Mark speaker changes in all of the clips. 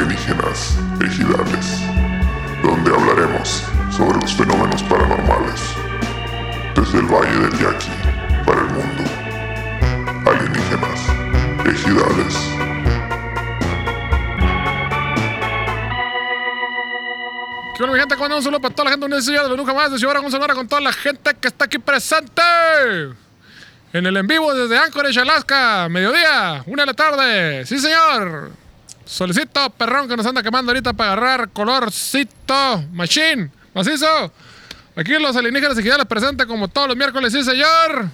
Speaker 1: Leyendas Ejidales, donde hablaremos sobre los fenómenos paranormales desde el Valle del Yaqui para el mundo. Alienígenas, ejidales.
Speaker 2: ¿Qué bueno, mi gente? ¿Cómo andamos? Un saludo para toda la gente de Universidad de Nunca Más de Ciudad Gonzalo con toda la gente que está aquí presente. En el en vivo desde Anchorage, Alaska, mediodía, una de la tarde. Sí, señor. Solicito, perrón que nos anda quemando ahorita para agarrar colorcito, machine, macizo. Aquí los alienígenas y les presenta como todos los miércoles, sí, señor.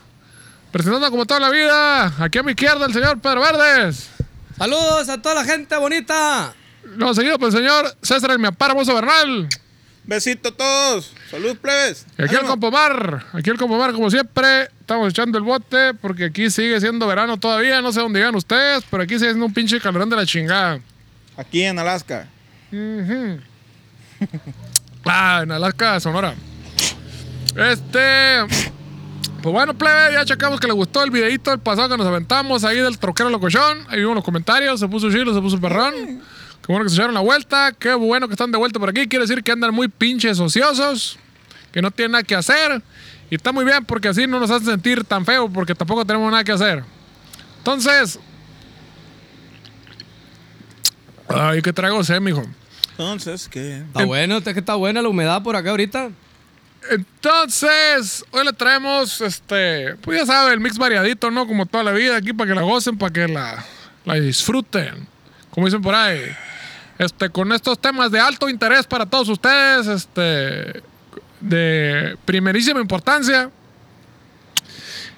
Speaker 2: Presentando como toda la vida. Aquí a mi izquierda el señor Pedro Verdes.
Speaker 3: Saludos a toda la gente bonita.
Speaker 2: Luego seguido por el señor César El Miapar Mozo Bernal.
Speaker 4: Besito a todos. Salud, plebes.
Speaker 2: Y aquí el
Speaker 4: Ánimo.
Speaker 2: Compomar, aquí el Compomar como siempre, estamos echando el bote porque aquí sigue siendo verano todavía, no sé dónde llegan ustedes, pero aquí sigue siendo un pinche calorón de la chingada.
Speaker 4: Aquí en Alaska.
Speaker 2: Ujú. Ah, en Alaska, Sonora. Este. Pues bueno, plebe, ya checamos que le gustó el videito del pasado que nos aventamos ahí del troquero locochón. Ahí vimos los comentarios, se puso chilo, se puso perrón. Qué bueno que se echaron la vuelta, qué bueno que están de vuelta por aquí. Quiere decir que andan muy pinches ociosos, que no tienen nada que hacer. Y está muy bien porque así no nos hacen sentir tan feo porque tampoco tenemos nada que hacer. Entonces. Ay, qué trago sé, mijo.
Speaker 4: Entonces, ¿qué?
Speaker 3: Está
Speaker 2: Em-
Speaker 3: bueno, es que está buena la humedad por acá ahorita.
Speaker 2: Entonces, hoy le traemos, este, pues ya sabe, el mix variadito, ¿no? Como toda la vida, aquí para que la gocen, para que la, la disfruten. Como dicen por ahí. Este, con estos temas de alto interés para todos ustedes, este, de primerísima importancia.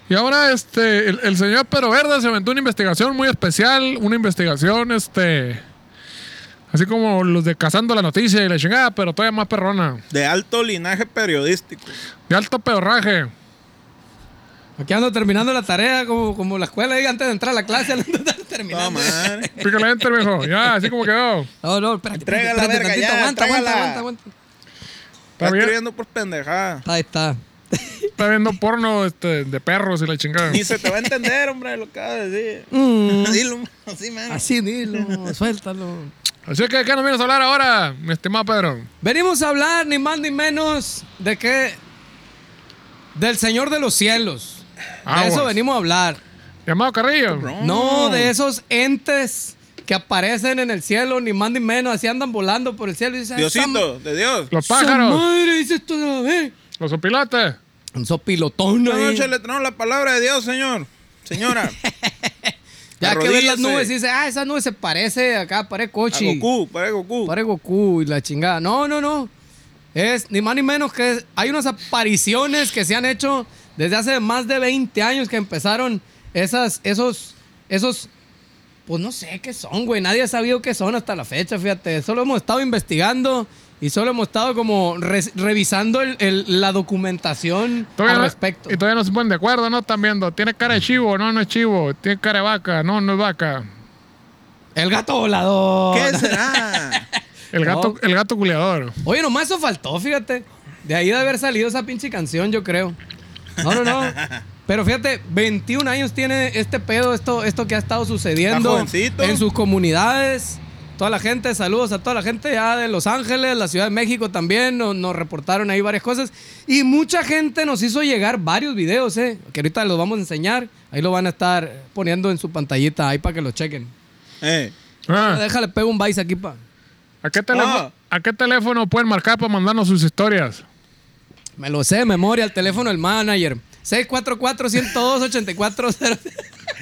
Speaker 2: Y ahora, este, el, el señor Pedro Verde se aventó una investigación muy especial, una investigación, este, así como los de Cazando la Noticia y la chingada, pero todavía más perrona,
Speaker 4: De alto linaje periodístico.
Speaker 2: de alto pedorraje.
Speaker 3: Aquí ando terminando la tarea como, como la escuela ahí antes de entrar a la clase. ando
Speaker 4: No,
Speaker 3: terminando.
Speaker 4: madre.
Speaker 2: Pícale enter, viejo. Ya, así como quedó.
Speaker 3: No, no, espérate. espérate,
Speaker 4: Entrégala,
Speaker 3: espérate
Speaker 4: verga,
Speaker 3: tantito,
Speaker 4: ya,
Speaker 3: aguanta, aguanta,
Speaker 4: entrégala.
Speaker 3: aguanta, aguanta.
Speaker 4: Está
Speaker 2: bien.
Speaker 4: escribiendo por pendejada.
Speaker 3: Ahí está.
Speaker 2: Está viendo porno este, de perros y la chingada.
Speaker 4: Ni se te va a entender, hombre, lo que acabas de decir.
Speaker 3: Mm,
Speaker 4: Dilo, así, man.
Speaker 3: así, dilo, suéltalo.
Speaker 2: Así que, ¿qué nos vienes a hablar ahora, mi estimado Pedro?
Speaker 3: Venimos a hablar ni más ni menos de que del Señor de los Cielos. De
Speaker 2: Aguas.
Speaker 3: eso venimos a hablar.
Speaker 2: Llamado Carrillo.
Speaker 3: No,
Speaker 4: Mm.
Speaker 3: de esos entes que aparecen en el cielo, ni más ni menos, así andan volando por el cielo. Y dices, "Ah,
Speaker 4: Diosito, de Dios.
Speaker 2: Los
Speaker 3: esta Su
Speaker 2: pájaros,
Speaker 3: madre, dice esto, ¿eh? a ver.
Speaker 2: los opilates.
Speaker 3: Un sopilotón,
Speaker 4: Esta
Speaker 3: ahí.
Speaker 4: noche le tenemos la palabra de Dios, señor. Señora.
Speaker 3: Ya que ves las
Speaker 4: Arrodíllese.
Speaker 3: nubes, dice, ah, esa nube se parece acá, parece
Speaker 4: A
Speaker 3: Cochi.
Speaker 4: Goku, para Goku.
Speaker 3: Parece Goku y la chingada. No, no, no. Es ni más ni menos que hay unas apariciones que se han hecho desde hace más de 20 años que empezaron esas, esos, esos, pues no sé qué son, güey. Nadie ha sabido qué son hasta la fecha, fíjate. Solo hemos estado investigando y solo hemos estado como re- revisando el- el- la documentación al
Speaker 2: no-
Speaker 3: respecto.
Speaker 2: Y todavía no se ponen de acuerdo, ¿no? Están viendo. Tiene cara de chivo, no, no es chivo. Tiene cara de vaca, no, no es vaca.
Speaker 3: El gato volador.
Speaker 4: ¿Qué será?
Speaker 2: El gato,
Speaker 3: No.
Speaker 2: el gato culeador.
Speaker 3: Oye, nomás eso faltó, fíjate. De ahí de haber salido esa pinche canción, yo creo. No, no, no. Pero fíjate, 21 años tiene este pedo, esto, esto que ha estado
Speaker 4: Está
Speaker 3: sucediendo
Speaker 4: jovencito.
Speaker 3: en sus comunidades. Toda la gente, saludos a toda la gente ya de Los Ángeles, la Ciudad de México también, nos, nos reportaron ahí varias cosas. Y mucha gente nos hizo llegar varios videos, ¿eh? Que ahorita los vamos a enseñar. Ahí lo van a estar poniendo en su pantallita, ahí para que lo chequen.
Speaker 4: Eh,
Speaker 2: Ah,
Speaker 3: Déjale, pego un vice aquí, pa.
Speaker 2: ¿a, qué teléfono,
Speaker 4: Ah.
Speaker 2: ¿A qué teléfono pueden marcar para mandarnos sus historias?
Speaker 3: Me lo sé de memoria, el teléfono del manager. 644-102-8470.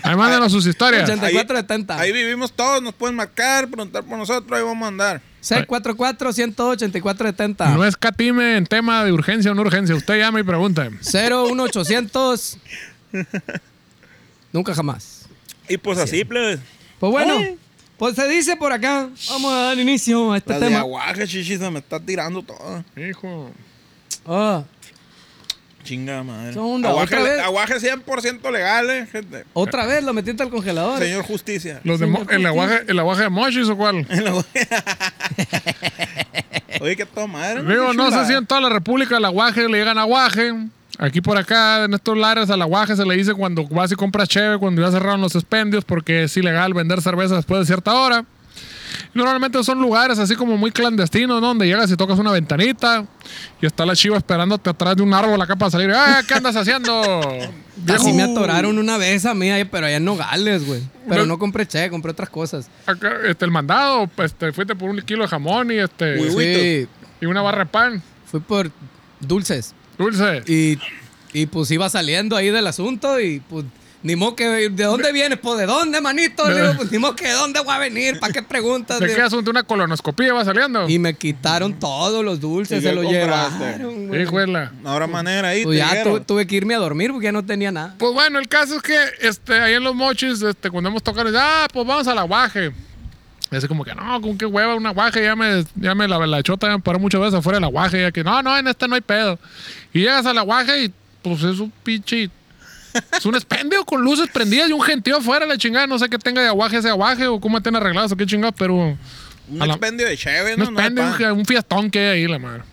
Speaker 2: Ahí mándanos sus historias.
Speaker 3: Ochenta-
Speaker 4: ahí,
Speaker 3: 34.70.
Speaker 4: ahí vivimos todos, nos pueden marcar, preguntar por nosotros, ahí vamos a andar.
Speaker 3: 644-102-8470.
Speaker 2: No es catime en tema de urgencia o no urgencia. Usted llama y pregunta.
Speaker 3: 01800. Nunca jamás.
Speaker 4: Y pues así, plebes.
Speaker 3: Pues bueno,
Speaker 4: Ay.
Speaker 3: pues se dice por acá. Vamos a dar inicio a este
Speaker 4: Las de
Speaker 3: tema.
Speaker 4: aguaje, chichi, se me está tirando todo.
Speaker 2: Hijo.
Speaker 3: Ah,
Speaker 4: Chinga madre.
Speaker 3: Segunda,
Speaker 4: aguaje,
Speaker 3: otra vez.
Speaker 4: aguaje 100% legal, eh, gente.
Speaker 3: otra vez lo metiste al congelador.
Speaker 4: Señor Justicia.
Speaker 2: Los de Mo- el, aguaje, ¿El aguaje de mochis o cuál?
Speaker 4: Oye, que todo madre.
Speaker 2: Digo,
Speaker 4: qué
Speaker 2: no sé
Speaker 4: chulada.
Speaker 2: si en toda la República el aguaje le llegan aguaje. Aquí por acá, en estos lares, al aguaje se le dice cuando vas y compras cheve, cuando ya cerraron los expendios, porque es ilegal vender cerveza después de cierta hora. Normalmente son lugares así como muy clandestinos, ¿no? donde llegas y tocas una ventanita y está la chiva esperándote atrás de un árbol acá para salir. ¡Ah, qué andas haciendo!
Speaker 3: Casi
Speaker 2: viejo?"
Speaker 3: me atoraron una vez a mí, ahí, pero allá en Nogales, güey. Pero no compré che, compré otras cosas.
Speaker 2: Acá, este, el mandado, este, fuiste por un kilo de jamón y, este,
Speaker 4: Uy, uy.
Speaker 3: Sí,
Speaker 4: Huevitos.
Speaker 2: y una barra de pan.
Speaker 3: fui por dulces.
Speaker 2: Dulce.
Speaker 3: Y, y pues iba saliendo ahí del asunto y pues ni modo que de dónde vienes, pues de dónde, manito, Le digo, pues ni modo que de dónde voy a venir, ¿para qué preguntas?
Speaker 2: ¿De
Speaker 3: Digo.
Speaker 2: qué asunto? Una colonoscopía va saliendo.
Speaker 3: Y me quitaron todos los dulces,
Speaker 4: ¿Y
Speaker 3: se
Speaker 4: qué
Speaker 3: los
Speaker 4: compraste?
Speaker 3: llevaron, güey.
Speaker 2: Híjole.
Speaker 4: No habrá manera ahí.
Speaker 3: Pues
Speaker 4: te
Speaker 3: ya tu-
Speaker 4: dijeron.
Speaker 3: tuve que irme a dormir porque ya no tenía nada.
Speaker 2: Pues bueno, el caso es que este, ahí en los mochis, este, cuando hemos tocado, dice, ah, pues vamos a la guaje. Y así como que, no, con qué hueva, una guaje, ya me, ya me la, la chota ya me paró muchas veces afuera de la guaje, ya que, no, no, en esta no hay pedo. Y llegas a la guaje y, pues es un pinche, es un expendio con luces prendidas y un gentío afuera, la chingada, no sé qué tenga de aguaje ese aguaje o cómo estén arreglados o qué chingado, pero
Speaker 4: Un
Speaker 2: a la-
Speaker 4: expendio de chévere,
Speaker 2: un
Speaker 4: ¿no? No hay
Speaker 2: expendio,
Speaker 4: pan.
Speaker 2: un, un fiestón que hay ahí, la madre.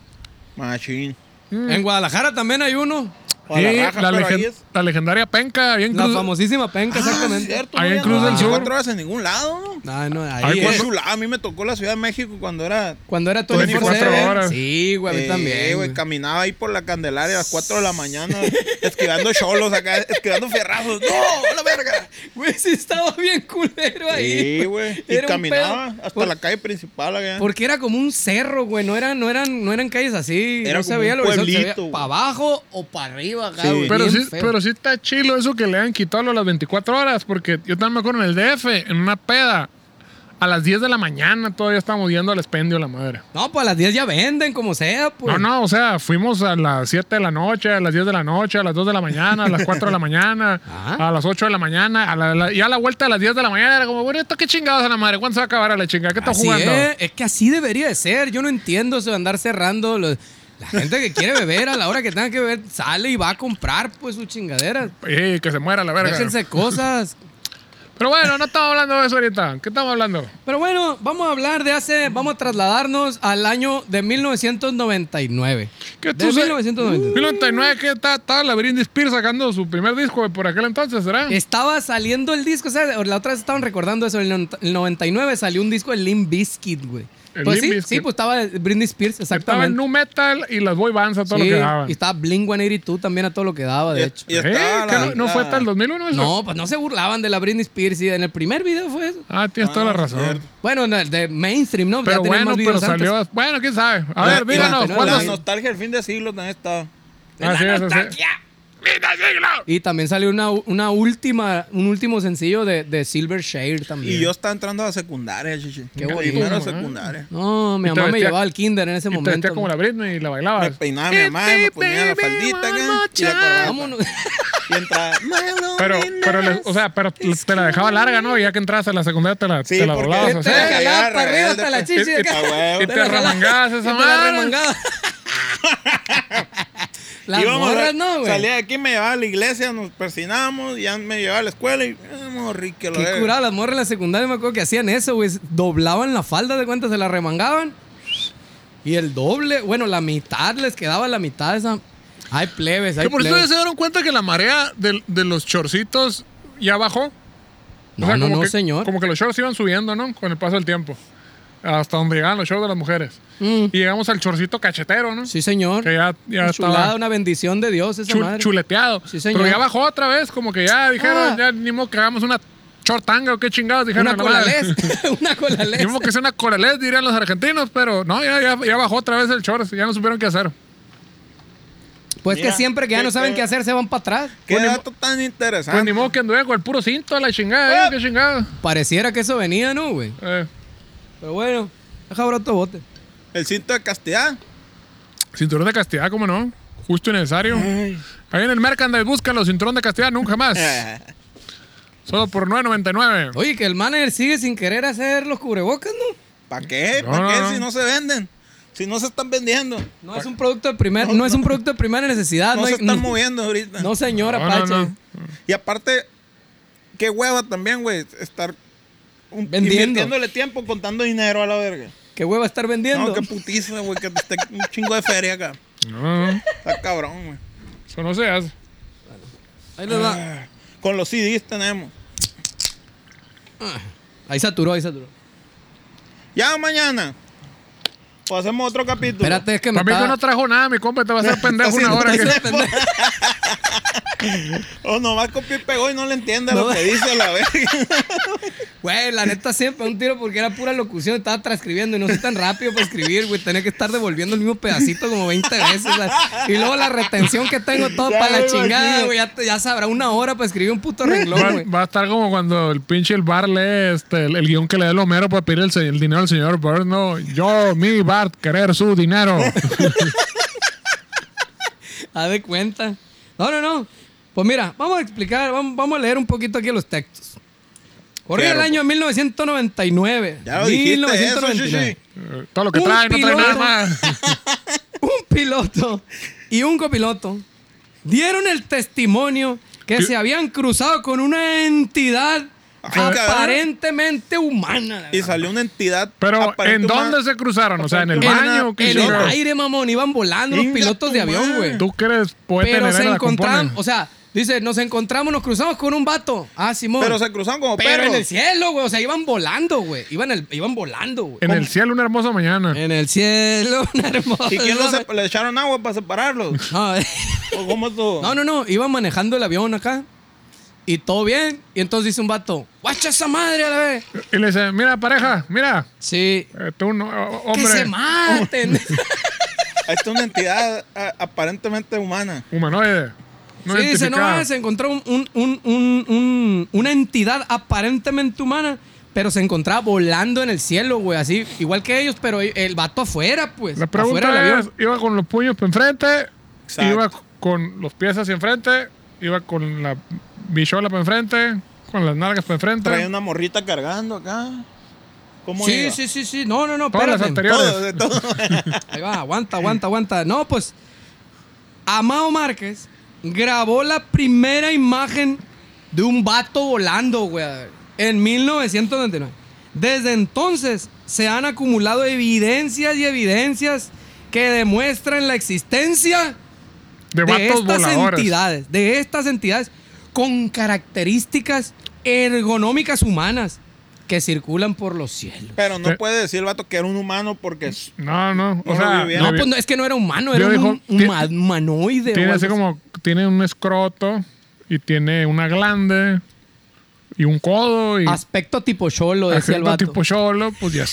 Speaker 4: Machín.
Speaker 3: En Guadalajara también hay uno.
Speaker 4: O a la raja, pero
Speaker 2: legen-
Speaker 4: ahí es-
Speaker 2: la legendaria penca, bien
Speaker 3: La
Speaker 2: cruz.
Speaker 3: famosísima penca,
Speaker 4: Ah,
Speaker 3: exactamente.
Speaker 4: cierto,
Speaker 2: Ahí
Speaker 4: no,
Speaker 2: en
Speaker 4: ya
Speaker 2: Cruz
Speaker 4: no
Speaker 2: del
Speaker 4: se
Speaker 2: Sur.
Speaker 4: encuentra en ningún lado, ¿no?
Speaker 3: No, no, ahí
Speaker 2: Ay,
Speaker 3: es.
Speaker 4: Qué
Speaker 2: ¿cuándo?
Speaker 4: chulada, a mí me tocó la Ciudad de México cuando era...
Speaker 3: Cuando era
Speaker 4: 24
Speaker 3: 24 horas.
Speaker 2: horas.
Speaker 3: Sí, güey, a mí
Speaker 4: eh,
Speaker 3: también.
Speaker 4: güey,
Speaker 3: güey.
Speaker 4: caminaba ahí por la Candelaria a las 4 de la mañana, esquivando cholos acá, esquivando fierrazos. ¡No, a la verga!
Speaker 3: Güey, sí estaba bien culero ahí. pues,
Speaker 4: Sí, güey. Y
Speaker 3: Era un
Speaker 4: caminaba
Speaker 3: pedo.
Speaker 4: hasta
Speaker 3: Por-
Speaker 4: la calle principal allá.
Speaker 3: Porque era como un cerro, güey. No eran, no eran, no eran calles así.
Speaker 4: Era
Speaker 3: no se
Speaker 4: como
Speaker 3: veía
Speaker 4: un
Speaker 3: el horizonte. se veía
Speaker 4: pueblito, güey.
Speaker 3: para abajo o para arriba, acá,
Speaker 4: Sí.
Speaker 3: güey.
Speaker 2: Pero
Speaker 3: bien
Speaker 2: sí,
Speaker 3: feo.
Speaker 2: pero sí está chilo eso que le han quitado a las 24 horas, porque yo también me acuerdo en el DF, en una peda, a las 10 de la mañana todavía estamos yendo al expendio la madre.
Speaker 3: No, pues a las 10 ya venden, como sea, pues.
Speaker 2: No, no, o sea, fuimos a las 7 de la noche, a las 10 de la noche, a las 2 de la mañana, a las 4 de la mañana,
Speaker 3: Ajá.
Speaker 2: a las 8 de la mañana, a la- la- y a la vuelta a las 10 de la mañana era como, bueno, ¿esto qué chingados a la madre? ¿Cuándo se va a acabar a la chingada? ¿Qué está
Speaker 3: Así
Speaker 2: jugando?
Speaker 3: Es, es que así debería de ser. Yo no entiendo eso de andar cerrando. los- la gente que quiere beber a la hora que tenga que beber sale y va a comprar, pues, sus chingaderas.
Speaker 2: Ey, que se muera la verga.
Speaker 3: Déjense cosas.
Speaker 2: Pero bueno, no estamos hablando de eso ahorita. ¿Qué estamos hablando?
Speaker 3: Pero bueno, vamos a hablar de hace, vamos a trasladarnos al año de 1999.
Speaker 2: ¿Qué
Speaker 3: de
Speaker 2: Uh,
Speaker 3: 1999.
Speaker 2: 1999, que está, estaba la Britney Spears sacando su primer disco por aquel entonces, ¿será?
Speaker 3: Estaba saliendo el disco, o sea, la otra vez estaban recordando eso, en el no- el 99 salió un disco de Limp Bizkit, güey.
Speaker 2: El
Speaker 3: Pues sí,
Speaker 2: Limp Bizkit.
Speaker 3: sí, pues estaba Britney Spears,
Speaker 2: Estaba en
Speaker 3: exactamente.
Speaker 2: nu metal y las boy bands a todo
Speaker 3: Sí,
Speaker 2: lo que daban.
Speaker 3: y estaba Blink 182 también a todo lo que daba, de
Speaker 4: Y-
Speaker 3: hecho.
Speaker 4: y
Speaker 2: Eh,
Speaker 4: estaba
Speaker 2: que
Speaker 4: la-
Speaker 2: no, no fue hasta el 2001 eso?
Speaker 3: No, pues no se burlaban de la Britney Spears. Y en el primer video fue eso.
Speaker 2: Ah, tienes toda la razón.
Speaker 4: cierto.
Speaker 3: Bueno, en el de mainstream, ¿no? Ya
Speaker 2: Pero
Speaker 3: tenían
Speaker 2: bueno,
Speaker 3: más
Speaker 2: pero
Speaker 3: videos antes.
Speaker 2: salió. Bueno, quién sabe. A
Speaker 4: La-
Speaker 2: ver,
Speaker 4: la-
Speaker 2: díganos. Ah,
Speaker 3: no,
Speaker 4: La
Speaker 2: ¿cuándo?
Speaker 3: no,
Speaker 4: nostalgia del fin de siglo también estaba.
Speaker 2: Así es, así es.
Speaker 3: Y también salió una, una última, un último sencillo de, de Silver Shade también.
Speaker 4: Y yo estaba entrando a secundaria, chichi.
Speaker 3: Qué bonito,
Speaker 4: Primero
Speaker 2: mamá.
Speaker 4: secundaria.
Speaker 3: No, mi
Speaker 2: Y te
Speaker 3: mamá me
Speaker 2: vestía-
Speaker 3: llevaba al kinder en ese
Speaker 2: Y te
Speaker 3: momento.
Speaker 2: vestías como la Britney y la
Speaker 4: Me
Speaker 2: bailabas.
Speaker 4: peinaba mi mamá, me ponía la faldita acá y la corbata.
Speaker 3: Vámonos.
Speaker 4: Y entraba. "Malo,
Speaker 2: Pero,
Speaker 4: mi
Speaker 2: pero, le-
Speaker 4: nas".
Speaker 2: o sea, pero te la dejaba larga, ¿no? Y ya que entraste a la secundaria te la,
Speaker 4: Sí,
Speaker 2: te la
Speaker 4: porque-
Speaker 2: doblabas.
Speaker 3: Te
Speaker 2: o
Speaker 4: Sí,
Speaker 2: sea,
Speaker 4: que
Speaker 3: jalaba
Speaker 4: ya
Speaker 3: para arriba
Speaker 4: rebelde,
Speaker 3: hasta la
Speaker 4: pues.
Speaker 3: chichi.
Speaker 2: Y- y-
Speaker 3: acá.
Speaker 4: Ah, huevo.
Speaker 2: Y
Speaker 4: Te
Speaker 2: te
Speaker 3: la jalaba-
Speaker 2: arremangabas esa
Speaker 3: y te la
Speaker 2: madre.
Speaker 3: remangaba. Las
Speaker 4: Íbamos a-
Speaker 3: morras no, güey.
Speaker 4: Salía de aquí, me llevaba a la iglesia, nos persinábamos, ya me llevaba a la escuela y. "Ah, morri, que lo
Speaker 3: Qué
Speaker 4: verga".
Speaker 3: curado, las morras en la secundaria me acuerdo que hacían eso, güey. Doblaban la falda de cuenta, se la remangaban. Y el doble, bueno, la mitad les quedaba la mitad de esa. Hay plebes, hay
Speaker 2: Que por eso ya
Speaker 3: plebes.
Speaker 2: se dieron cuenta que la marea del- de, los chorcitos ya bajó.
Speaker 3: No, no,
Speaker 2: como
Speaker 3: no,
Speaker 2: que-
Speaker 3: señor.
Speaker 2: Como que los shorts iban subiendo, ¿no? Con el paso del tiempo. Hasta donde llegaban los shorts de las mujeres.
Speaker 3: Mm,
Speaker 2: Y llegamos al chorcito cachetero, ¿no?
Speaker 3: sí, señor.
Speaker 2: Que ya, ya
Speaker 3: Una chulada,
Speaker 2: estaba
Speaker 3: una bendición de Dios esa
Speaker 2: chul-
Speaker 3: madre.
Speaker 2: chuleteado.
Speaker 3: Sí, señor.
Speaker 2: Pero ya bajó otra vez, como que ya dijeron,
Speaker 3: Ah.
Speaker 2: ya ni modo que hagamos una chortanga o qué chingados dijeron.
Speaker 3: Una
Speaker 2: a la madre.
Speaker 3: colalés. una colalés.
Speaker 2: Ni modo que sea una coralés, dirían los argentinos, pero no, ya, ya, ya bajó otra vez el shorts, ya no supieron qué hacer.
Speaker 3: Pues que
Speaker 4: Mira,
Speaker 3: siempre que ya
Speaker 4: qué-
Speaker 3: no saben
Speaker 4: qué-
Speaker 3: qué hacer, se van para atrás.
Speaker 4: Qué
Speaker 2: Pues ni
Speaker 4: dato tan interesante.
Speaker 3: Ah.
Speaker 2: Pues ni modo que anduve con el puro cinto a la chingada,
Speaker 4: Ah.
Speaker 2: ¿eh? qué chingada.
Speaker 3: Pareciera que eso venía, ¿no, güey?
Speaker 2: Eh.
Speaker 3: Pero bueno, deja ahora otro bote.
Speaker 4: El cinto de castidad.
Speaker 2: Cinturón de castidad, ¿cómo no? Justo y necesario. Ahí en el Mercandal búscalo, cinturón de castidad, nunca más. Solo por 9.99.
Speaker 3: Oye, que el manager sigue sin querer hacer los cubrebocas, ¿no?
Speaker 4: ¿Para qué?
Speaker 2: No,
Speaker 4: ¿Para
Speaker 2: no,
Speaker 4: qué
Speaker 2: no.
Speaker 4: si no se venden? Si no se están vendiendo.
Speaker 3: No es un producto de primer, no, es un producto de primera necesidad.
Speaker 4: No, se
Speaker 3: Ah, hay-
Speaker 4: están moviendo ahorita.
Speaker 3: No, señora,
Speaker 2: No, no,
Speaker 3: Pache.
Speaker 2: no.
Speaker 4: Y aparte, qué hueva también, güey. Estar un-
Speaker 3: Vendiendo.
Speaker 4: invirtiéndole tiempo contando dinero a la verga.
Speaker 3: ¿Qué hueva estar vendiendo?
Speaker 4: No, qué putiza, güey, que te esté un chingo de feria acá.
Speaker 2: No, no,
Speaker 4: Está cabrón, güey.
Speaker 2: eso no se hace.
Speaker 3: Ahí les va.
Speaker 4: Con los CDs tenemos.
Speaker 3: Ahí saturó, ahí saturó.
Speaker 4: Ya mañana. O hacemos otro capítulo.
Speaker 3: Espérate, es que me
Speaker 2: Para mí
Speaker 3: está...
Speaker 2: que no trajo nada, mi compa te va a hacer pendejo una hora.
Speaker 3: Ese
Speaker 2: que-
Speaker 3: pendejo.
Speaker 4: O nomás copió y pegó y no le entiende
Speaker 3: No.
Speaker 4: lo que dice a la verga.
Speaker 3: Güey, la neta siempre un tiro porque era pura locución, estaba transcribiendo y no soy tan rápido para escribir, güey. Tenía que estar devolviendo el mismo pedacito como 20 veces. la- Y luego la retención que tengo todo
Speaker 4: Ya
Speaker 3: para la
Speaker 4: me
Speaker 3: chingada,
Speaker 4: imagino.
Speaker 3: güey. Ya, te- ya sabrá una hora para escribir un puto renglón,
Speaker 2: Va,
Speaker 3: güey.
Speaker 2: va a estar como cuando el pinche el bar lee este, el, el guión que le da el Homero para pedir el, se- el dinero al señor Burns. No, yo, mi Bart, querer su dinero.
Speaker 3: A de cuenta. No, no, no. Pues mira, vamos a explicar, vamos, vamos a leer un poquito aquí los textos. Corría
Speaker 4: Claro,
Speaker 3: el año 1999.
Speaker 4: Ya lo dijiste, eso,
Speaker 2: Eh, Todo lo que
Speaker 3: Un
Speaker 2: trae, no trae nada
Speaker 3: piloto.
Speaker 2: más.
Speaker 3: un piloto y un copiloto dieron el testimonio que
Speaker 2: ¿Qué?
Speaker 3: se habían cruzado con una entidad
Speaker 4: Ah, cabrón.
Speaker 3: aparentemente humana. la
Speaker 4: Y
Speaker 3: verdad.
Speaker 4: salió una entidad.
Speaker 2: Pero, ¿en
Speaker 4: aparente
Speaker 2: dónde
Speaker 4: humana.
Speaker 2: se cruzaron? O sea, ¿en el
Speaker 4: Aparente
Speaker 2: baño?
Speaker 4: humana,
Speaker 2: ¿Qué
Speaker 3: en el
Speaker 2: chingados?
Speaker 3: aire, mamón, iban volando los
Speaker 4: Inga
Speaker 3: pilotos
Speaker 4: tu
Speaker 3: de avión,
Speaker 4: madre.
Speaker 3: güey.
Speaker 2: ¿Tú crees poeta
Speaker 3: Pero se
Speaker 2: Nerea la
Speaker 3: encontraron,
Speaker 2: compone?
Speaker 3: o sea, dice, nos encontramos, nos cruzamos con un vato. Ah, Simón.
Speaker 4: Pero se cruzaron como
Speaker 3: Pero
Speaker 4: perros.
Speaker 3: en el cielo, güey. O sea, iban volando, güey. Iban, el- iban volando, güey.
Speaker 2: En el cielo, una hermosa mañana.
Speaker 3: En el cielo, una hermosa.
Speaker 4: ¿Y quién los sep- le echaron agua para separarlos?
Speaker 3: No. eh,
Speaker 4: ¿O cómo estuvo?
Speaker 3: No, no, no. Iba manejando el avión acá. Y todo bien. Y entonces dice un vato, guacha esa madre a la vez.
Speaker 2: Y le dice, mira, pareja, mira,
Speaker 3: Sí.
Speaker 2: eh, tú, no, oh, hombre.
Speaker 3: Que se maten.
Speaker 4: Ahí está una entidad a- aparentemente humana.
Speaker 2: Humanoide. No
Speaker 3: sí, dice, no,
Speaker 2: identificada.
Speaker 3: ah, se encontró un, un- un- un- un- una entidad aparentemente humana, pero se encontraba volando en el cielo, güey, así, igual que ellos, pero el vato afuera, pues.
Speaker 2: La
Speaker 3: afuera del
Speaker 2: pregunta es,
Speaker 3: avión.
Speaker 2: ¿iba con los puños para enfrente?
Speaker 4: Exacto.
Speaker 2: ¿Iba con los pies hacia enfrente? ¿Iba con la bichola para enfrente? ¿Con las nalgas para enfrente?
Speaker 4: Traía una morrita cargando acá. ¿Cómo
Speaker 3: Sí,
Speaker 4: iba?
Speaker 3: sí, sí, sí. No, no, no,
Speaker 2: Todas las
Speaker 3: espérate.
Speaker 2: anteriores.
Speaker 4: Todo, de todo.
Speaker 3: Ahí va, aguanta, aguanta, aguanta. No, pues, Amado Márquez grabó la primera imagen de un vato volando, güey, en 1999. Desde entonces se han acumulado evidencias y evidencias que demuestran la existencia
Speaker 2: De
Speaker 3: de
Speaker 2: vatos
Speaker 3: estas
Speaker 2: voladores.
Speaker 3: entidades, de estas entidades con características ergonómicas humanas que circulan por los cielos.
Speaker 4: Pero no
Speaker 2: Pero-
Speaker 4: puede decir el vato que era un humano porque s-
Speaker 2: No, no. O
Speaker 4: No lo
Speaker 2: sea,
Speaker 4: vi bien.
Speaker 3: No,
Speaker 2: lo vi-
Speaker 3: pues no, es que no era humano,
Speaker 2: Yo
Speaker 3: era
Speaker 2: dijo,
Speaker 3: un, un
Speaker 2: ti-
Speaker 3: ma- humanoide. o
Speaker 2: tiene así
Speaker 3: algo
Speaker 2: como, tiene un escroto y tiene una glande y un codo y
Speaker 3: Aspecto tipo cholo, decía el
Speaker 2: acento
Speaker 3: vato.
Speaker 2: tipo cholo, pues ya,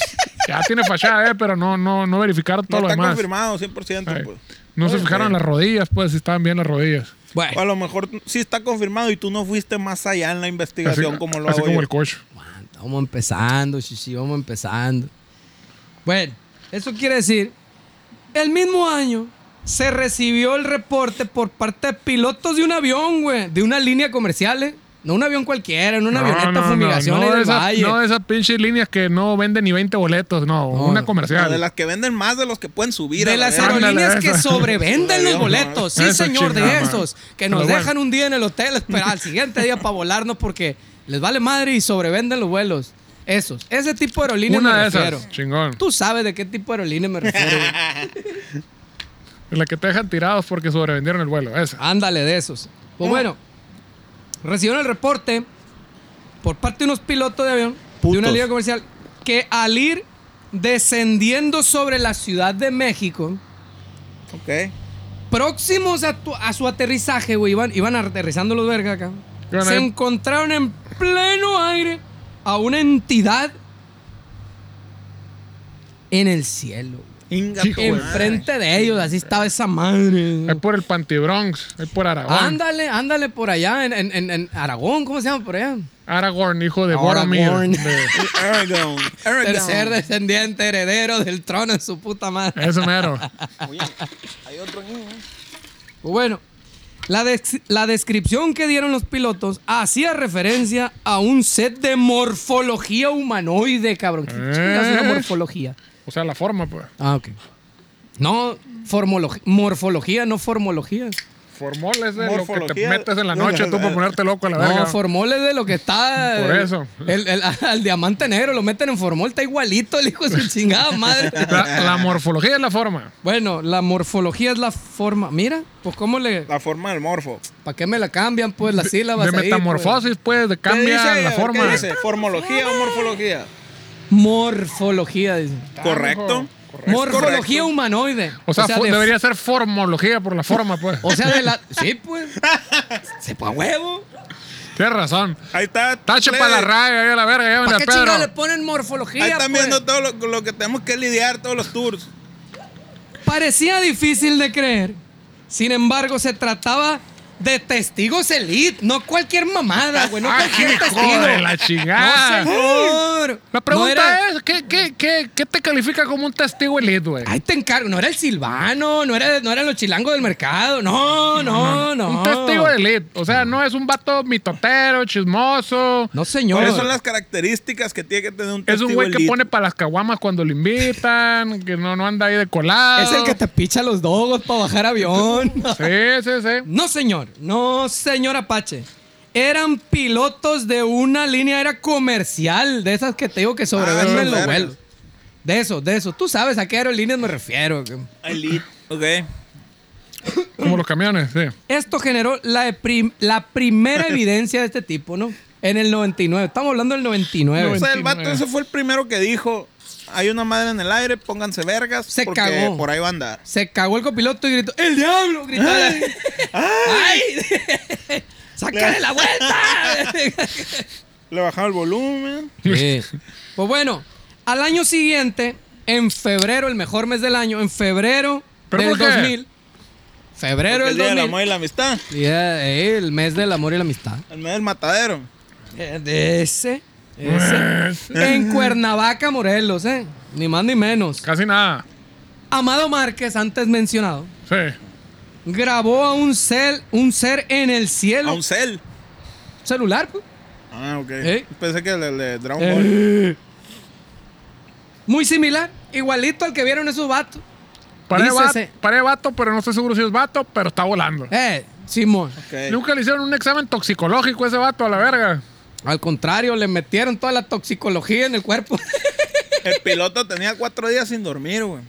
Speaker 2: ya tiene fachada, eh, pero no, no, no verificaron todo
Speaker 4: no
Speaker 2: lo
Speaker 4: está
Speaker 2: demás.
Speaker 4: confirmado 100%.
Speaker 2: Ay,
Speaker 4: pues.
Speaker 2: No se
Speaker 4: Oye,
Speaker 2: fijaron
Speaker 4: eh,
Speaker 2: las rodillas, pues, si estaban bien las rodillas.
Speaker 3: Bueno,
Speaker 4: o a lo mejor sí está confirmado y tú no fuiste más allá en la
Speaker 2: Así
Speaker 4: investigación como lo
Speaker 2: así
Speaker 4: hago
Speaker 2: como
Speaker 4: yo.
Speaker 2: el coche.
Speaker 3: aguanta, vamos empezando, chichi, vamos empezando. Bueno, eso quiere decir, el mismo año se recibió el reporte por parte de pilotos de un avión, güey, de una línea comercial, ¿eh? No un avión cualquiera, no una avioneta fumigación
Speaker 2: no,
Speaker 3: en
Speaker 2: de
Speaker 3: el
Speaker 2: esas-
Speaker 3: valle.
Speaker 2: no de esas pinches líneas que no venden ni 20 boletos, no, una comercial.
Speaker 4: No, de las que venden más de los que pueden subir.
Speaker 3: de
Speaker 4: a la
Speaker 3: las
Speaker 4: verga.
Speaker 2: aerolíneas.
Speaker 3: aerolíneas que
Speaker 2: Ándale, esa.
Speaker 3: sobrevenden los
Speaker 4: Avión,
Speaker 3: boletos. Sí,
Speaker 2: Eso
Speaker 3: señor, de
Speaker 2: chingada,
Speaker 3: esos. Que
Speaker 2: Pero
Speaker 3: nos
Speaker 2: bueno.
Speaker 3: dejan un día en el hotel esperar al siguiente día para volarnos porque les vale madre y sobrevenden los vuelos. Esos. Ese tipo de aerolíneas
Speaker 2: una
Speaker 3: me
Speaker 2: de
Speaker 3: refiero.
Speaker 2: esas, chingón.
Speaker 3: Tú sabes de qué tipo de aerolínea me refiero. güey.
Speaker 2: En la que te dejan tirados porque sobrevendieron el vuelo, esa.
Speaker 3: Ándale, de esos. Pues bueno, recibieron el reporte por parte de unos pilotos de avión de una
Speaker 4: Putos.
Speaker 3: liga comercial que al ir descendiendo sobre la Ciudad de México,
Speaker 4: Ok.
Speaker 3: próximos a, tu- a su aterrizaje, güey, iban, iban aterrizando los vergas acá.
Speaker 2: Iban
Speaker 3: Se
Speaker 2: ahí.
Speaker 3: encontraron en pleno aire a una entidad en el cielo.
Speaker 4: Inga
Speaker 2: Hijo
Speaker 4: tu
Speaker 2: de-
Speaker 4: madre.
Speaker 3: Enfrente de ellos, así estaba esa madre.
Speaker 2: Es
Speaker 3: güey.
Speaker 2: por el Pantibronx, es por Aragón.
Speaker 3: Ándale, ándale por allá, en, en- en- en Aragón, ¿cómo se llama por allá?
Speaker 2: Aragorn, hijo de
Speaker 3: Aragorn.
Speaker 2: Boromir. de-
Speaker 4: Aragon. Aragon.
Speaker 3: Tercer descendiente, heredero del trono en su puta madre.
Speaker 2: Ese mero.
Speaker 4: Oye, hay otro niño. ¿eh?
Speaker 3: Pues Bueno, la, des- la descripción que dieron los pilotos hacía referencia a un set de morfología humanoide, cabrón. ¿Qué chingas es una
Speaker 2: ¿Eh?
Speaker 3: morfología?
Speaker 2: O sea, la forma, pues.
Speaker 3: Ah, ok. No, formolog- morfología, no formología.
Speaker 2: Formol es de lo que te
Speaker 4: Morfología.
Speaker 2: metes en la noche tú para ponerte loco a la verga.
Speaker 3: No, formol es de lo que está.
Speaker 2: Por
Speaker 3: el-
Speaker 2: eso.
Speaker 3: El, el- al diamante negro lo meten en formol, está igualito el hijo de su chingada madre.
Speaker 2: la, la morfología es la forma.
Speaker 3: Bueno, la morfología es la forma. Mira, pues cómo le.
Speaker 4: La forma del morfo.
Speaker 3: ¿Para qué me la cambian? Pues las sílabas.
Speaker 2: De
Speaker 3: ahí, pues?
Speaker 2: metamorfosis, pues, de cambia
Speaker 4: ¿Qué dice?
Speaker 2: la
Speaker 4: ¿Qué
Speaker 2: forma.
Speaker 4: dice? ¿Formología o morfología?
Speaker 3: Morfología, dice.
Speaker 4: Correcto.
Speaker 3: Morfología
Speaker 4: correcto.
Speaker 3: humanoide.
Speaker 2: O sea, fo-
Speaker 3: de-
Speaker 2: debería ser formología por la forma, pues.
Speaker 3: O sea, de la. Sí, pues. Se fue a huevo.
Speaker 2: Tienes razón.
Speaker 4: Ahí está.
Speaker 2: Tache
Speaker 4: plebe.
Speaker 2: para la raya, ahí a la verga, llévenle
Speaker 3: ¿Para
Speaker 2: al
Speaker 3: qué chingados le
Speaker 2: Pedro.
Speaker 3: ponen morfología?
Speaker 4: Ahí están
Speaker 3: pues?
Speaker 4: viendo todo lo, lo que tenemos que lidiar, todos los tours.
Speaker 3: Parecía difícil de creer. Sin embargo, se trataba de testigos elite, no cualquier mamada, güey. No
Speaker 2: Ay,
Speaker 3: cualquier
Speaker 2: hijo
Speaker 3: testigo.
Speaker 2: de la chingada.
Speaker 3: No, señor.
Speaker 2: La
Speaker 3: No
Speaker 2: pregunta
Speaker 3: era-
Speaker 2: es, ¿qué, qué, qué, ¿qué te califica como un testigo elite, güey?
Speaker 3: Ahí te encargo. No era el silvano, no era, no eran los chilangos del mercado. No, no, no.
Speaker 2: Un testigo elite. O sea, no es un vato mitotero, chismoso.
Speaker 3: No, señor.
Speaker 4: Esas son las características que tiene que tener un
Speaker 2: Es
Speaker 4: testigo
Speaker 2: un güey que
Speaker 4: elite.
Speaker 2: pone para las caguamas cuando le invitan, que no, no anda ahí de colado.
Speaker 3: Es el que te picha los dogos para bajar avión.
Speaker 2: Sí, sí, sí.
Speaker 3: No, señor. No, señor Apache. Eran pilotos de una línea aérea comercial, de esas que te digo que sobrevenden
Speaker 4: Ah,
Speaker 3: los
Speaker 4: vergas.
Speaker 3: vuelos. De eso, de eso. Tú sabes a qué aerolíneas me refiero. que-
Speaker 4: Elite. Ok.
Speaker 2: Como los camiones, sí.
Speaker 3: Esto generó la, prim- la primera evidencia de este tipo, ¿no? En el 99. Estamos hablando del 99.
Speaker 4: O sea, el
Speaker 2: 29.
Speaker 4: vato ese fue el primero que dijo, hay una madre en el aire, pónganse vergas,
Speaker 3: Se
Speaker 4: porque
Speaker 3: cagó.
Speaker 4: por ahí va a andar.
Speaker 3: Se cagó el copiloto y gritó, ¡El diablo! Gritó. ¡Ay! ¡Sácale la vuelta!
Speaker 4: Le bajaron el volumen.
Speaker 3: Pues bueno, al año siguiente, en febrero, el mejor mes del año, en febrero
Speaker 2: ¿Pero por
Speaker 3: del
Speaker 2: qué?
Speaker 3: 2000. Febrero
Speaker 4: Porque el
Speaker 3: del
Speaker 4: día del
Speaker 3: 2000.
Speaker 4: amor y la amistad.
Speaker 3: Yeah, eh, el mes del amor y la amistad.
Speaker 4: El mes del matadero.
Speaker 3: Eh, De ese. ese.
Speaker 2: Pues.
Speaker 3: en Cuernavaca, Morelos, ¿eh? Ni más ni menos.
Speaker 2: Casi nada.
Speaker 3: Amado Márquez, antes mencionado,
Speaker 2: Sí.
Speaker 3: grabó a un ser, un ser en el
Speaker 4: A
Speaker 3: cielo.
Speaker 4: un cel.
Speaker 3: celular, pues.
Speaker 4: Ah, ok.
Speaker 3: ¿Eh?
Speaker 4: Pensé que le, le Dragon Ball.
Speaker 3: Eh. Muy similar, igualito al que vieron esos vatos.
Speaker 2: Paré
Speaker 3: Dícese.
Speaker 2: vato, paré vato, pero no estoy seguro si es vato, pero está volando.
Speaker 3: Eh, Simón.
Speaker 4: Ok.
Speaker 2: Nunca le hicieron un examen toxicológico a ese vato a la verga.
Speaker 3: Al contrario, le metieron toda la toxicología en el cuerpo.
Speaker 4: El piloto tenía cuatro días sin dormir, güey.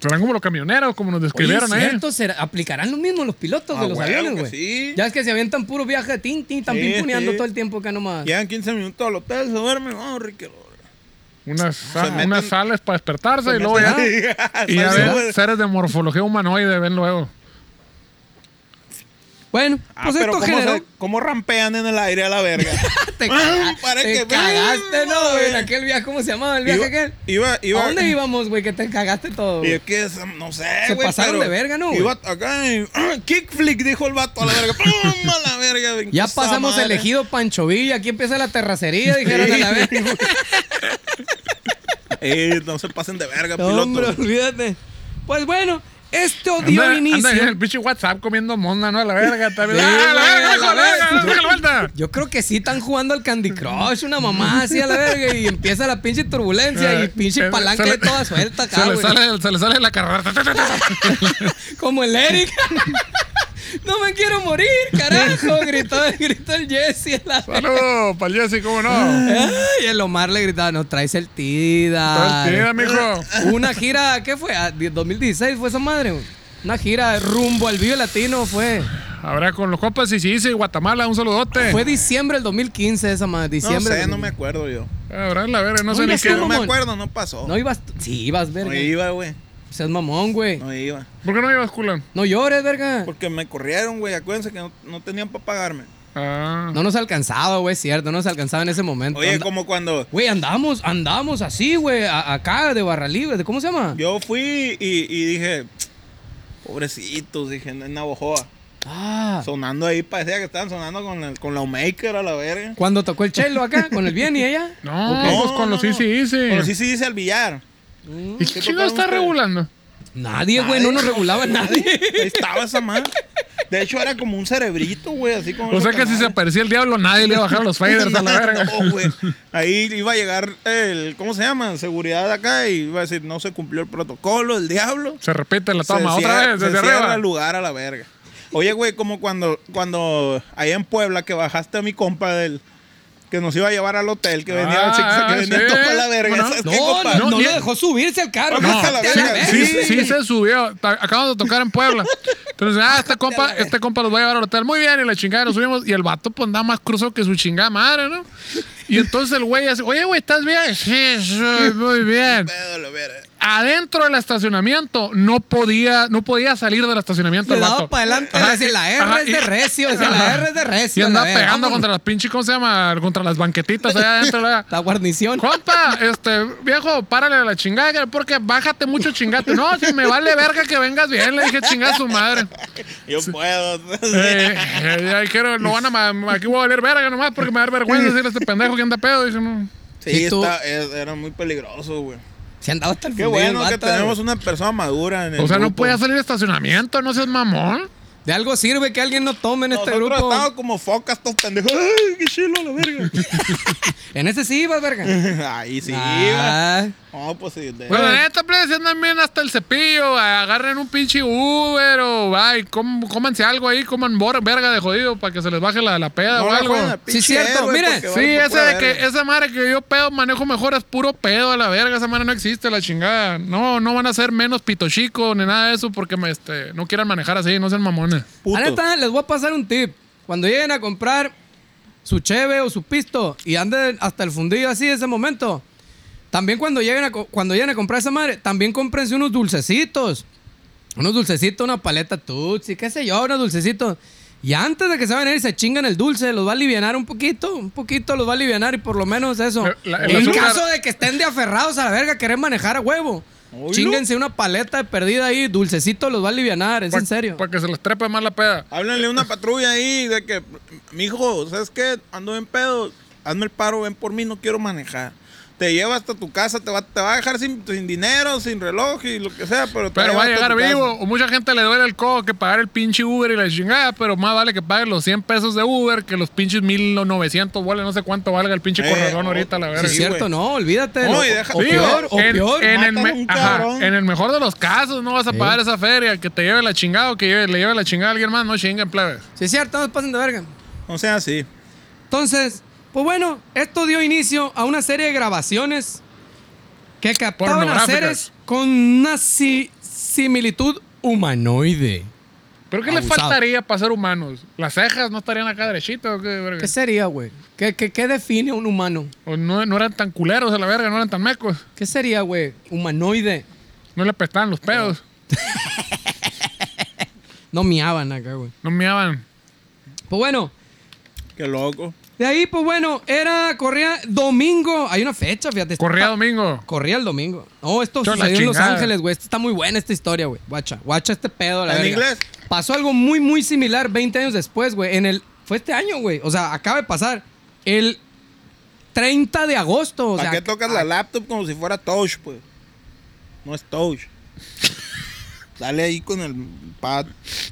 Speaker 2: Serán como los camioneros, como nos describieron ¿eh?
Speaker 3: Oye,
Speaker 2: ahí.
Speaker 3: ¿cierto? ¿Será- ¿Aplicarán lo mismo los pilotos
Speaker 4: Ah,
Speaker 3: de los
Speaker 4: huevo
Speaker 3: aviones,
Speaker 4: que
Speaker 3: güey?
Speaker 4: sí.
Speaker 3: Ya es que se avientan puro viaje de tin, tin, están
Speaker 4: Sí,
Speaker 3: pimpuneando
Speaker 4: sí.
Speaker 3: todo el tiempo acá nomás.
Speaker 4: Llegan 15 minutos al hotel, se duermen. Vamos, Ricky.
Speaker 2: Unas, sa-
Speaker 4: meten-
Speaker 2: unas sales para despertarse y luego ya. Y ya ven seres de morfología humanoide, ven luego.
Speaker 3: Bueno,
Speaker 4: Ah,
Speaker 3: pues
Speaker 4: pero
Speaker 3: esto
Speaker 4: ¿cómo,
Speaker 3: generó...
Speaker 4: se- cómo rampean en el aire a la verga?
Speaker 3: Te,
Speaker 4: Ah,
Speaker 3: caga-
Speaker 4: para
Speaker 3: te
Speaker 4: que
Speaker 3: cagaste,
Speaker 4: vean,
Speaker 3: ¿no? güey? En
Speaker 4: güey.
Speaker 3: aquel viaje, ¿cómo se llamaba el viaje
Speaker 4: Iba,
Speaker 3: aquel?
Speaker 4: iba, iba,
Speaker 3: ¿A dónde íbamos, güey, que te cagaste todo?
Speaker 4: Y
Speaker 3: güey?
Speaker 4: es que, esa- no sé,
Speaker 3: Se
Speaker 4: güey,
Speaker 3: pasaron
Speaker 4: pero
Speaker 3: de verga, ¿no, güey?
Speaker 4: Iba acá y... ¡ah! Kickflick, dijo el vato a la verga. ¡Pum! A la verga. brincó
Speaker 3: Ya
Speaker 4: esa
Speaker 3: pasamos
Speaker 4: madre.
Speaker 3: el ejido Pancho Villa, aquí empieza la terracería, dijeron a la vez.
Speaker 4: Eh, no se pasen de verga,
Speaker 3: No,
Speaker 4: piloto.
Speaker 3: hombre, olvídate. Pues bueno, esto dio
Speaker 2: Anda,
Speaker 3: inicio.
Speaker 2: anda ahí en el pinche WhatsApp comiendo monda, ¿no? A la verga. Está bien.
Speaker 3: Sí,
Speaker 2: ¡Ah, la
Speaker 3: güey,
Speaker 2: verga,
Speaker 3: a la
Speaker 2: hijo, la verga!
Speaker 3: verga.
Speaker 2: ¡Saca la vuelta!
Speaker 3: Yo creo que sí están jugando al Candy Crush, una mamá así a la verga, y empieza la pinche turbulencia y pinche
Speaker 2: Ah, Se-
Speaker 3: palanca
Speaker 2: se le-
Speaker 3: de toda suelta acá,
Speaker 2: se le,
Speaker 3: güey.
Speaker 2: sale, se le sale la carrera.
Speaker 3: Como el Eric. ¡No me quiero morir, carajo! Gritó, gritó el Jesse a la verga.
Speaker 2: Saludos para el Jesse, ¿cómo no?
Speaker 3: Y el Omar le gritaba, no, traes el Tida.
Speaker 2: Tranquila, mijo.
Speaker 3: Una gira, ¿qué fue? Ah, 2016 fue esa madre, güey. Una gira rumbo al Vive Latino fue.
Speaker 2: Habrá con los copas y si dice Guatemala, un saludote.
Speaker 3: Fue diciembre del 2015 esa madre,
Speaker 4: No
Speaker 3: diciembre.
Speaker 4: sé,
Speaker 3: del
Speaker 4: no me
Speaker 3: 2015.
Speaker 4: acuerdo yo.
Speaker 2: Habrá la verga, no sé
Speaker 3: Oiga,
Speaker 2: ni qué.
Speaker 4: No me
Speaker 3: mamón.
Speaker 4: acuerdo, no pasó.
Speaker 3: No ibas, tú- sí ibas, verga.
Speaker 4: No
Speaker 3: No
Speaker 4: iba, güey.
Speaker 3: Seas mamón, güey. No,
Speaker 4: No iba.
Speaker 2: ¿Por qué no llevas culan?
Speaker 3: llores, verga.
Speaker 4: Porque me corrieron, güey. Acuérdense que no, no tenían para pagarme.
Speaker 2: Ah.
Speaker 3: No nos alcanzaba, güey, cierto, no nos alcanzaba en ese momento.
Speaker 4: Oye,
Speaker 3: Anda-
Speaker 4: como cuando
Speaker 3: Güey, andamos, andamos así, güey, a- acá de barra libre, ¿de cómo se llama?
Speaker 4: yo fui y, y dije... Pobrecitos, dije, en Navojoa.
Speaker 3: Ah,
Speaker 4: Sonando ahí, parecía que estaban sonando con, el- con la Maker a la verga.
Speaker 3: cuando tocó el chelo acá con el bien y ella.
Speaker 2: No,
Speaker 4: Ok.
Speaker 2: pues con
Speaker 4: No,
Speaker 2: los
Speaker 4: no, no.
Speaker 2: Easy Easy.
Speaker 4: Pero sí se dice al billar.
Speaker 2: ¿Y
Speaker 4: ¿Qué
Speaker 2: qué chingo está
Speaker 4: tocaron
Speaker 2: regulando?
Speaker 3: Nadie, güey, no nos regulaba nadie.
Speaker 4: Ahí estaba esa madre. De hecho, era como un cerebrito, güey, así como.
Speaker 2: O sea que si se aparecía el diablo, nadie le iba a bajar los faders a la verga.
Speaker 4: No, güey. Ahí iba a llegar el, ¿cómo se llama? Seguridad acá y iba a decir, no se cumplió el protocolo, el diablo.
Speaker 2: Se repite la toma
Speaker 4: Se
Speaker 2: otra
Speaker 4: cierra-
Speaker 2: vez,
Speaker 4: se
Speaker 2: desde
Speaker 4: cierra
Speaker 2: arriba.
Speaker 4: el lugar a la verga. Oye, güey, como cuando, cuando allá en Puebla que bajaste a mi compa del. Que nos iba a llevar al hotel, que venía,
Speaker 2: Ah,
Speaker 4: chica, que venía
Speaker 2: sí.
Speaker 4: todo para la verga.
Speaker 2: Bueno,
Speaker 4: ¿Sabes qué,
Speaker 3: No,
Speaker 4: compa?
Speaker 3: no, no
Speaker 2: y-
Speaker 3: lo dejó subirse al carro.
Speaker 4: No,
Speaker 3: Vete a la
Speaker 4: sí,
Speaker 3: verga.
Speaker 2: Sí, sí, sí se subió. Ta- Acabamos de tocar en Puebla. Entonces, ah, este compa, este compa los va a llevar al hotel. Muy bien, y la chingada, nos subimos. Y el vato, pues, anda más cruzado que su chingada madre, ¿no? Y entonces el güey así, oye, güey, ¿estás bien? Sí, sí, muy bien.
Speaker 4: Pedo, lo veré.
Speaker 2: Adentro del estacionamiento no podía, no podía salir del estacionamiento.
Speaker 3: Le
Speaker 2: el
Speaker 3: daba
Speaker 2: vato.
Speaker 3: para adelante.
Speaker 2: Ajá,
Speaker 3: decía, la R
Speaker 2: ajá,
Speaker 3: es de
Speaker 2: y-
Speaker 3: recio. decía,
Speaker 2: ajá.
Speaker 3: pues, la R es de
Speaker 2: Y
Speaker 3: recio. la
Speaker 2: andaba
Speaker 3: verga,
Speaker 2: pegando
Speaker 3: vámonos.
Speaker 2: contra las pinches, ¿cómo se llama? Contra las banquetitas allá adentro. la-
Speaker 3: La guarnición.
Speaker 2: Compa, este, viejo, párale a la chingada, porque bájate mucho chingate. No, si me vale verga que vengas bien, le dije chinga a su madre.
Speaker 4: Yo puedo.
Speaker 2: Eh, eh, ahí quiero, lo van a, ma- aquí voy a valer verga nomás porque me va a dar vergüenza decirle a este pendejo que anda pedo. Dice, no.
Speaker 4: Sí,
Speaker 3: Sí, tú-
Speaker 4: está- es- era muy peligroso, güey.
Speaker 3: Se andaba hasta el
Speaker 4: Qué
Speaker 3: fundillo el
Speaker 4: bueno que
Speaker 3: vato, güey.
Speaker 4: tenemos una persona madura en el
Speaker 2: O sea, no
Speaker 4: grupo.
Speaker 2: podía salir de estacionamiento, no seas mamón.
Speaker 3: De algo sirve que alguien no tome en este
Speaker 4: Nosotros
Speaker 3: grupo.
Speaker 4: estábamos como focas, todos pendejos. ¡Ay, qué chilo, la verga!
Speaker 3: En ese sí vas, verga.
Speaker 4: Ahí sí,
Speaker 3: Ah,
Speaker 4: güey. No, pues sí. de-
Speaker 2: Pues
Speaker 3: Eh.
Speaker 2: la neta, please, si andan bien hasta el cepillo, agarren un pinche Uber o ay, com- cómanse algo ahí, coman bor- verga de jodido para que se les baje la, la peda
Speaker 4: No
Speaker 2: o
Speaker 4: la
Speaker 2: algo.
Speaker 4: jueguen a pinche
Speaker 3: Sí, cierto,
Speaker 4: héroe,
Speaker 3: miren,
Speaker 4: porque
Speaker 2: Sí,
Speaker 4: vale por
Speaker 2: ese
Speaker 4: pura
Speaker 2: de que
Speaker 4: verga.
Speaker 2: esa madre que yo pedo manejo mejor es puro pedo a la verga, esa madre no existe, la chingada. No, no van a ser menos pito chico ni nada de eso porque me, este, no quieran manejar así, no sean mamones.
Speaker 4: Puto.
Speaker 3: La neta, les voy a pasar un tip. Cuando lleguen a comprar su cheve o su pisto y anden hasta el fundillo así ese momento, también cuando lleguen a, co- cuando lleguen a comprar esa madre, también cómprense unos dulcecitos. Unos dulcecitos, una paleta tutsi, qué sé yo, unos dulcecitos. Y antes de que se vayan a ir, se chingan el dulce, los va a aliviar un poquito, un poquito los va a aliviar y por lo menos eso.
Speaker 2: La- la- el
Speaker 3: en
Speaker 2: azúcar-
Speaker 3: caso de que estén de aferrados a la verga, querer manejar a huevo,
Speaker 4: Oílo.
Speaker 3: chinguense una paleta de perdida ahí, dulcecito los va a aliviar, es
Speaker 2: Pa-
Speaker 3: en serio.
Speaker 2: Para que se les trepe más la peda.
Speaker 4: Háblenle a una patrulla ahí de que, mijo, ¿sabes qué? Ando en pedo, hazme el paro, ven por mí, no quiero manejar. Te lleva hasta tu casa, te va, te va a dejar sin, sin dinero, sin reloj y lo que sea, pero te
Speaker 2: Pero
Speaker 4: lleva
Speaker 2: va a
Speaker 4: hasta
Speaker 2: llegar
Speaker 4: tu
Speaker 2: vivo.
Speaker 4: casa.
Speaker 2: O mucha gente le duele el codo que pagar el pinche Uber y la chingada, pero más vale que paguen los 100 pesos de Uber que los pinches 1900 bolas, no sé cuánto valga el pinche
Speaker 4: Eh,
Speaker 2: corredor
Speaker 4: o-
Speaker 2: ahorita, la verga.
Speaker 3: Sí, es cierto,
Speaker 4: güey.
Speaker 3: no, olvídate.
Speaker 4: No,
Speaker 3: lo-
Speaker 4: y deja-
Speaker 3: o
Speaker 4: Digo,
Speaker 3: peor, o
Speaker 2: en,
Speaker 3: peor.
Speaker 2: en el
Speaker 4: matan
Speaker 2: me-
Speaker 4: a un
Speaker 2: ajá,
Speaker 4: cabrón.
Speaker 2: en el mejor de los casos no vas a pagar esa feria, que te lleve la chingada o que lleve- le lleve la chingada a alguien más, no chinguen, plebes.
Speaker 3: Sí, es cierto, no pasen de verga.
Speaker 4: O sea, sí.
Speaker 3: Entonces, pues bueno, esto dio inicio a una serie de grabaciones que captaban a
Speaker 2: Pornográficas.
Speaker 3: seres con una si- similitud humanoide.
Speaker 2: ¿Pero qué les
Speaker 3: Abusado.
Speaker 2: faltaría para ser humanos? ¿Las cejas no estarían acá derechitas o qué, verga?
Speaker 3: ¿Qué sería, güey? ¿Qué, qué, qué define a un humano?
Speaker 2: O no, no eran tan culeros a la verga, no eran tan mecos.
Speaker 3: ¿Qué sería, güey? Humanoide.
Speaker 2: No le pestaban los pedos,
Speaker 3: No miaban acá, güey.
Speaker 2: no miaban.
Speaker 3: Pues bueno,
Speaker 4: Qué loco.
Speaker 3: de ahí, pues bueno, era, corría domingo. Hay una fecha, fíjate. Ah, está
Speaker 2: Corría
Speaker 3: pa-
Speaker 2: domingo.
Speaker 3: Corría el domingo. No, esto
Speaker 2: Cho, la
Speaker 3: sucedió en Los
Speaker 2: chingada.
Speaker 3: Ángeles, güey. Esta está muy buena esta historia, güey. Guacha, guacha este pedo, la
Speaker 4: ¿En
Speaker 3: verga.
Speaker 4: inglés?
Speaker 3: Pasó algo muy, muy similar 20 años después, güey. En el... Fue este año, güey. O sea, acaba de pasar el 30 de agosto. O
Speaker 4: ¿Para
Speaker 3: sea,
Speaker 4: qué tocas la laptop como si fuera touch, pues? No es touch. Dale ahí con el pad.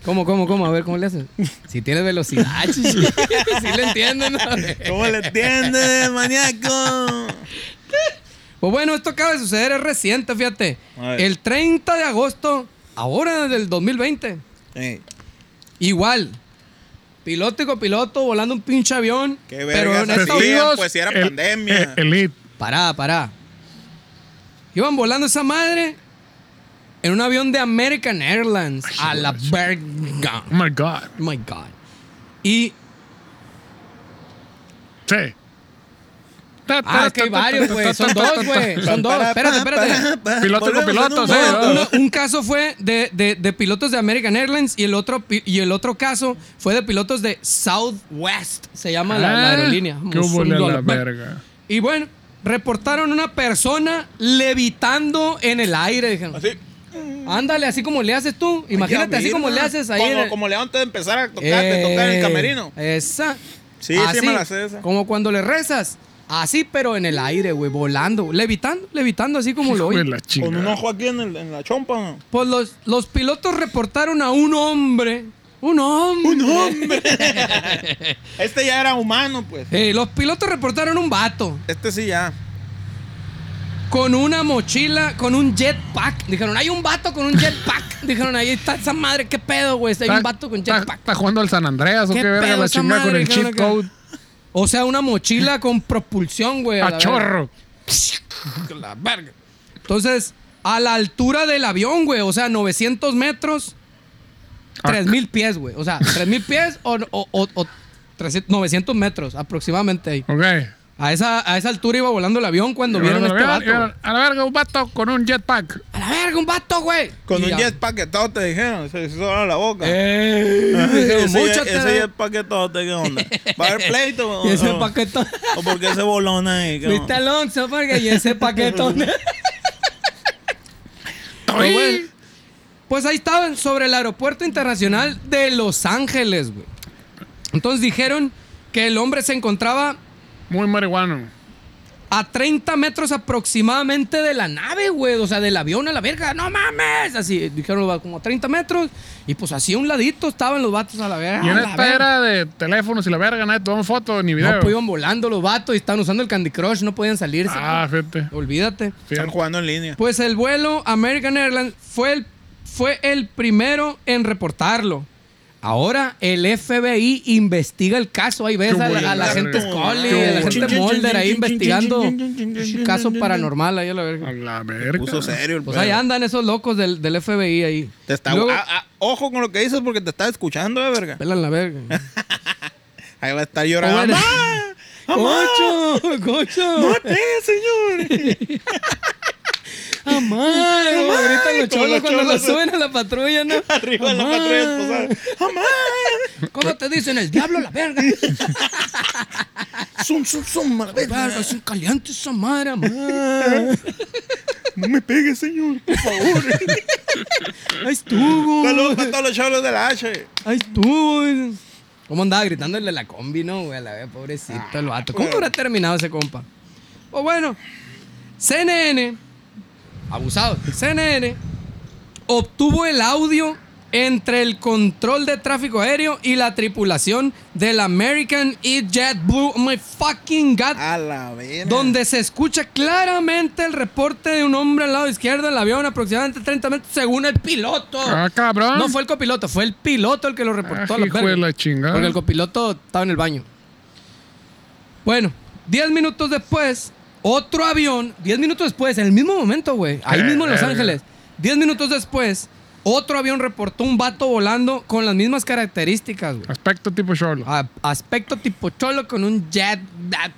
Speaker 3: ¿Cómo, cómo, cómo? A ver, ¿cómo le haces? Si tienes velocidad, chichi. sí le entienden, ¿no?
Speaker 4: ¿Cómo le entiendes, maníaco?
Speaker 3: Pues bueno, esto acaba de suceder, es reciente, fíjate.
Speaker 4: A ver.
Speaker 3: El 30 de agosto, ahora del 2020.
Speaker 4: Ey,
Speaker 3: Igual. Piloto y copiloto volando un pinche avión.
Speaker 4: qué
Speaker 3: pero
Speaker 4: verga.
Speaker 3: en esta-
Speaker 2: hacían?
Speaker 4: Pero pues si era
Speaker 2: el-
Speaker 4: pandemia.
Speaker 2: eh, elite.
Speaker 3: Pará, pará. Iban volando esa madre en un avión de American Airlines. a la verga.
Speaker 2: Oh my God.
Speaker 3: Oh my God. Y.
Speaker 2: Sí.
Speaker 3: Ah, es que hay varios, güey. Son dos, güey. Son dos. Espérate, espérate.
Speaker 2: Piloto y copiloto, sí,
Speaker 3: No,
Speaker 2: ¿verdad?
Speaker 3: uno- un caso fue de, de- de pilotos de American Airlines y el otro pi- y el otro caso fue de pilotos de Southwest. Se llama la, la aerolínea.
Speaker 2: Ah, Qué
Speaker 3: Vamos,
Speaker 2: hubo
Speaker 3: un
Speaker 2: a la
Speaker 3: dólar.
Speaker 2: verga.
Speaker 3: Y bueno, reportaron una persona levitando en el aire.
Speaker 2: Ah.
Speaker 3: Dijeron.
Speaker 4: Así.
Speaker 3: Ándale, así como le haces tú. Imagínate,
Speaker 4: Ya,
Speaker 3: así
Speaker 4: mira.
Speaker 3: como le haces ahí. en
Speaker 4: Como,
Speaker 3: el-
Speaker 4: como le antes de empezar a tocar, de tocar en el
Speaker 3: Eh,
Speaker 4: camerino.
Speaker 3: Esa.
Speaker 4: Sí, sí me la sé esa.
Speaker 3: Como cuando le rezas. Así, pero en el aire, güey, volando, levitando, levitando, así como lo
Speaker 2: Hijo de
Speaker 3: oí.
Speaker 2: la
Speaker 4: Con un
Speaker 2: chingada.
Speaker 4: ojo aquí en, el- en la chompa, ¿no?
Speaker 3: Pues los, los pilotos reportaron a un hombre. Un hombre. Un hombre.
Speaker 4: Este ya era humano, pues.
Speaker 3: Eh, los pilotos reportaron un vato
Speaker 4: Este sí ya.
Speaker 3: con una mochila, con un jetpack. Dijeron, hay un vato con un jetpack. Dijeron, ahí está esa madre, qué pedo, güey. Hay un vato con
Speaker 2: Está-
Speaker 3: jetpack.
Speaker 2: Está jugando al San Andreas o
Speaker 3: ¿Qué
Speaker 2: qué verga
Speaker 3: pedo
Speaker 2: la
Speaker 3: esa
Speaker 2: chingada con
Speaker 3: madre?
Speaker 2: el
Speaker 3: ¿Qué
Speaker 2: cheat
Speaker 3: onda que-
Speaker 2: code
Speaker 3: O sea, una mochila con propulsión, güey. la
Speaker 2: a
Speaker 3: verga.
Speaker 2: chorro.
Speaker 3: La verga. Entonces, a la altura del avión, güey. O sea, 900 metros, 3000 pies, güey. O sea, 3000 pies o, o, o- o 300 900 metros aproximadamente ahí.
Speaker 2: Ok.
Speaker 3: A esa, a esa altura iba volando el avión cuando vieron
Speaker 2: a,
Speaker 3: este
Speaker 2: la verga,
Speaker 3: vato. güey.
Speaker 2: a la verga, un vato con un jetpack.
Speaker 3: A la verga, un vato, güey.
Speaker 4: Con
Speaker 3: Y
Speaker 4: un
Speaker 3: ya. Eh,
Speaker 4: jetpack todo te dijeron, se hizo la boca.
Speaker 3: dijeron,
Speaker 4: ese
Speaker 3: "Mucho te da".
Speaker 4: ese jetpack todo te qué onda. ¿Para el pleito? o-
Speaker 3: Y ese
Speaker 4: o-
Speaker 3: paquetón.
Speaker 4: ¿O por qué ese bolón ahí? ¿Qué
Speaker 3: Viste
Speaker 4: onda?
Speaker 3: Alonso, porque y ese paquetón. Pues, güey, pues ahí estaban sobre el aeropuerto internacional de Los Ángeles, güey. Entonces dijeron que el hombre se encontraba
Speaker 2: Muy marihuano.
Speaker 3: a 30 metros aproximadamente de la nave, güey. O sea, del avión a la verga. ¡No mames! Así dijeron los vatos, como a 30 metros. Y pues así a un ladito estaban los vatos a la verga.
Speaker 2: Y en
Speaker 3: a Ah, la
Speaker 2: esta
Speaker 3: verga.
Speaker 2: era de teléfonos y la verga, nadie tomó fotos ni video.
Speaker 3: No, pues iban volando los vatos y estaban usando el Candy Crush. No podían salirse.
Speaker 2: ah, fíjate.
Speaker 3: güey. Olvídate.
Speaker 4: Están
Speaker 2: fíjate.
Speaker 4: jugando en línea.
Speaker 3: Pues el vuelo American Airlines fue el, fue el primero en reportarlo. Ahora el FBI investiga el caso. Ahí ves
Speaker 2: Qué
Speaker 3: a la, a la
Speaker 2: buena,
Speaker 3: gente
Speaker 2: güey.
Speaker 3: Scully,
Speaker 2: Qué
Speaker 3: a la
Speaker 2: buena.
Speaker 3: gente Mulder ahí investigando caso paranormal. Ahí a la
Speaker 2: A
Speaker 3: verga.
Speaker 2: la verga.
Speaker 4: Puso serio el
Speaker 3: Pues
Speaker 4: pedo.
Speaker 3: ahí andan esos locos del, del FBI ahí.
Speaker 4: Te está-
Speaker 3: Luego-
Speaker 4: ah, ah, ojo con lo que dices porque te está escuchando, eh, verga.
Speaker 3: Pelan la verga.
Speaker 4: Ahí va a estar llorando.
Speaker 3: Bueno.
Speaker 4: ¡Mamá! ¡Mamá!
Speaker 3: ¡Cocho! ¡Cocho!
Speaker 4: ¡Mate, señor!
Speaker 3: ¡Amá! Ahorita
Speaker 4: Como
Speaker 3: los cholos
Speaker 4: los
Speaker 3: cuando
Speaker 4: cholos,
Speaker 3: los suben a la patrulla, ¿no?
Speaker 4: Arriba la
Speaker 3: Amá.
Speaker 4: patrulla pues, ah, esposada. ¡Mamá!
Speaker 3: ¿Cómo te dicen? El diablo, la verga.
Speaker 4: ¡Zum, zum, zum! a la verga.
Speaker 3: Verga, es un caliente esa madre, amá.
Speaker 4: ¡No me pegues, señor! ¡Por favor!
Speaker 3: Ahí estuvo.
Speaker 4: ¡Saludos para todos los chavos de la H!
Speaker 3: Ahí estuvo. ¿Cómo andaba gritándole a la combi, no, güey? A la vez, pobrecito el vato. ¿Cómo
Speaker 4: güey.
Speaker 3: habrá terminado ese compa? Pues bueno, CNN, abusado, CNN, obtuvo el audio entre el control de tráfico aéreo y la tripulación del American E Jet Blue. Oh my fucking God.
Speaker 4: ¡A la verga!
Speaker 3: Donde se escucha claramente el reporte de un hombre al lado izquierdo del avión, aproximadamente 30 metros, según el piloto.
Speaker 2: Ah, cabrón.
Speaker 3: No fue el copiloto, fue el piloto el que lo reportó
Speaker 2: Ah,
Speaker 3: a la
Speaker 2: hijo
Speaker 3: verga.
Speaker 2: de la chingada.
Speaker 3: Porque el copiloto estaba en el baño. Bueno, 10 minutos después, otro avión, 10 minutos después, en el mismo momento, güey, ahí
Speaker 2: Eh,
Speaker 3: mismo en Los
Speaker 2: verga.
Speaker 3: Ángeles, 10 minutos después, otro avión reportó un vato volando con las mismas características, güey.
Speaker 2: Aspecto tipo Charlo.
Speaker 3: A- aspecto tipo cholo con un jet, that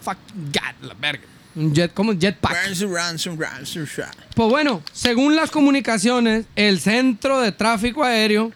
Speaker 3: fucking god, la verga. Un jet, ¿cómo? Jetpack.
Speaker 4: Ransom, ransom, ransom, shot.
Speaker 3: Pues bueno, según las comunicaciones, el centro de tráfico aéreo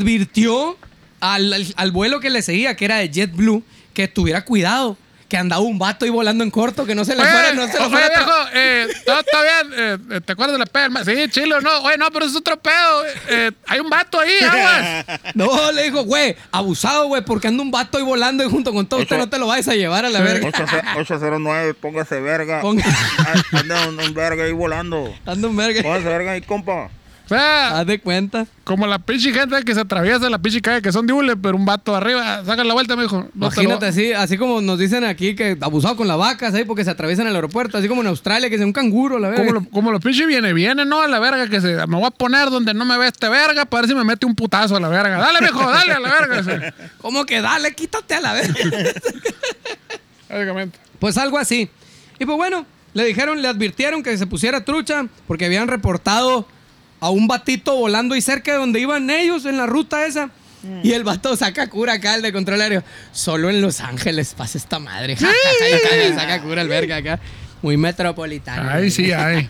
Speaker 3: advirtió al, al- al vuelo que le seguía, que era de JetBlue, que tuviera cuidado, que andaba un vato ahí volando en corto, que no se le
Speaker 2: Oye,
Speaker 3: fuera, no se le
Speaker 2: oye,
Speaker 3: fuera.
Speaker 2: ¡Eh! viejo, eh, todo está bien. eh, eh, ¿Te acuerdas de la perma? Sí, chilo, no. Oye, no, pero es otro pedo. eh, eh, hay un vato ahí, aguas.
Speaker 3: No, le dijo, güey, abusado, güey, porque anda un vato ahí volando y junto con todo
Speaker 2: Este
Speaker 3: usted no te lo vayas a llevar a la verga.
Speaker 4: 809, póngase verga.
Speaker 3: Pon-
Speaker 4: Ay, Anda un, un verga ahí volando.
Speaker 3: Anda un verga.
Speaker 4: Póngase verga ahí, compa.
Speaker 2: O sea,
Speaker 3: Haz de cuenta.
Speaker 2: como la pinche gente que se atraviesa, la pinche calle que son diules, pero un vato arriba. Saca la vuelta, mijo. No te lo-
Speaker 3: Imagínate así, así como nos dicen aquí que abusado con las vacas ahí porque se atraviesan el aeropuerto, así como en Australia que sea un canguro, la
Speaker 2: Como,
Speaker 3: verga.
Speaker 2: lo, como los pinches viene, viene, ¿no? A la verga que se. Me voy a poner donde no me ve este verga para ver si me mete un putazo a la verga. Dale, mijo, dale a la verga. sí.
Speaker 3: ¿Cómo que dale, quítate a la verga?
Speaker 2: Básicamente.
Speaker 3: Pues algo así. Y pues bueno, le dijeron, le advirtieron que se pusiera trucha porque habían reportado a un batito volando y cerca de donde iban ellos en la ruta esa. Y el vato saca cura acá, el de control aéreo. Solo en Los Ángeles pasa esta madre. Ja, ja, ja, ja, ja, saca cura el verga acá. Muy metropolitano.
Speaker 2: Ay, sí, ay.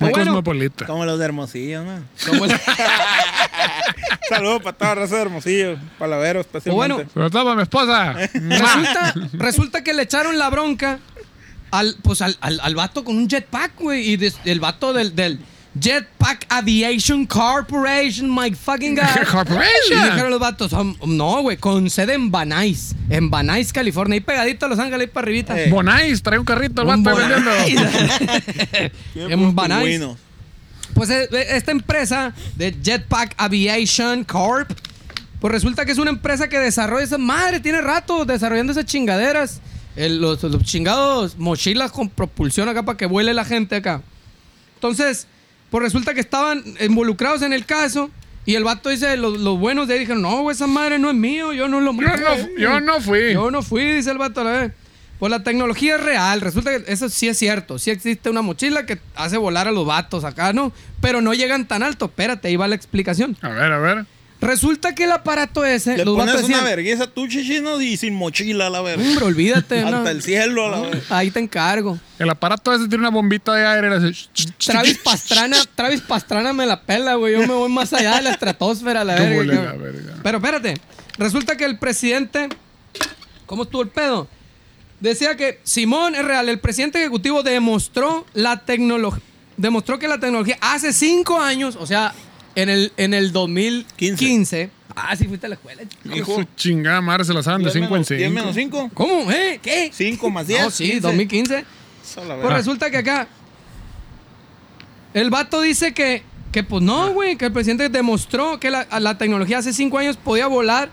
Speaker 2: Muy
Speaker 3: Pero bueno,
Speaker 2: cosmopolita.
Speaker 4: Como los de Hermosillo, ¿no?
Speaker 3: Como el-
Speaker 4: Saludos para toda la raza de Hermosillo. Palaveros, especialmente.
Speaker 3: Bueno.
Speaker 2: Pero toma, mi esposa.
Speaker 3: Resulta, resulta que le echaron la bronca al, pues al, al, al vato con un jetpack, güey. Y des- el vato del, del Jetpack Aviation Corporation, my fucking God. Y dijeron
Speaker 2: Corporation.
Speaker 3: los vatos, "Um, no, güey, con sede en Banais, en Banais, California, ahí pegadito a Los Ángeles, ahí para arribita.
Speaker 4: Eh,
Speaker 2: Bonais, trae un carrito el
Speaker 3: Un
Speaker 2: vato ahí
Speaker 3: Bonais.
Speaker 2: vendiendo.
Speaker 4: Tiene
Speaker 3: en
Speaker 4: puros
Speaker 3: Banais.
Speaker 4: pingüinos.
Speaker 3: Pues eh, eh, esta empresa de Jetpack Aviation Corp, pues resulta que es una empresa que desarrolla esa madre, tiene rato desarrollando esas chingaderas. El- los, los chingados mochilas con propulsión acá para que vuele la gente acá. Entonces, pues resulta que estaban involucrados en el caso. Y el vato dice, los, los buenos de ahí dijeron, no, güey, esa madre no es mío, yo no lo
Speaker 2: Yo no, yo no fui.
Speaker 3: yo no fui, dice el vato a la vez. Pues la tecnología es real. Resulta que eso sí es cierto. Sí existe una mochila que hace volar a los vatos acá, ¿no? Pero no llegan tan alto. Espérate, ahí va la explicación.
Speaker 2: A ver, a ver.
Speaker 3: Resulta que el aparato ese.
Speaker 4: Le
Speaker 3: los vatos
Speaker 4: pones una
Speaker 3: decían,
Speaker 4: vergüenza tú, chichino, y sin mochila, la verga.
Speaker 3: Hombre, olvídate.
Speaker 4: Hasta
Speaker 3: no.
Speaker 4: el cielo, a la verga.
Speaker 3: Ahí te encargo.
Speaker 2: El aparato ese tiene una bombita de aire. le hace ch- ch-
Speaker 3: Travis
Speaker 2: ch-
Speaker 3: Pastrana, Travis Pastrana me la pela, güey. Yo me voy más allá de la estratosfera, la
Speaker 2: Yo
Speaker 3: verga.
Speaker 2: volé
Speaker 3: cabrón.
Speaker 2: la verga.
Speaker 3: Pero espérate, resulta que el presidente. ¿Cómo estuvo el pedo? Decía que Simón es real. El presidente ejecutivo demostró la tecnología. Demostró que la tecnología hace cinco años, o sea, en el, en el 2015. Ah, sí, fuiste a la escuela.
Speaker 4: Hijo,
Speaker 2: Su chingada madre se la saben de
Speaker 4: 10
Speaker 2: 5 en
Speaker 4: menos- 10
Speaker 2: 5.
Speaker 4: menos 5.
Speaker 3: ¿Cómo? ¿Eh? ¿Qué?
Speaker 4: 5 más 10.
Speaker 3: No, sí, 2015. Pues resulta que acá. El vato dice que, que pues
Speaker 4: Ah.
Speaker 3: no, güey, que el presidente demostró que la, a la tecnología hace cinco años podía volar,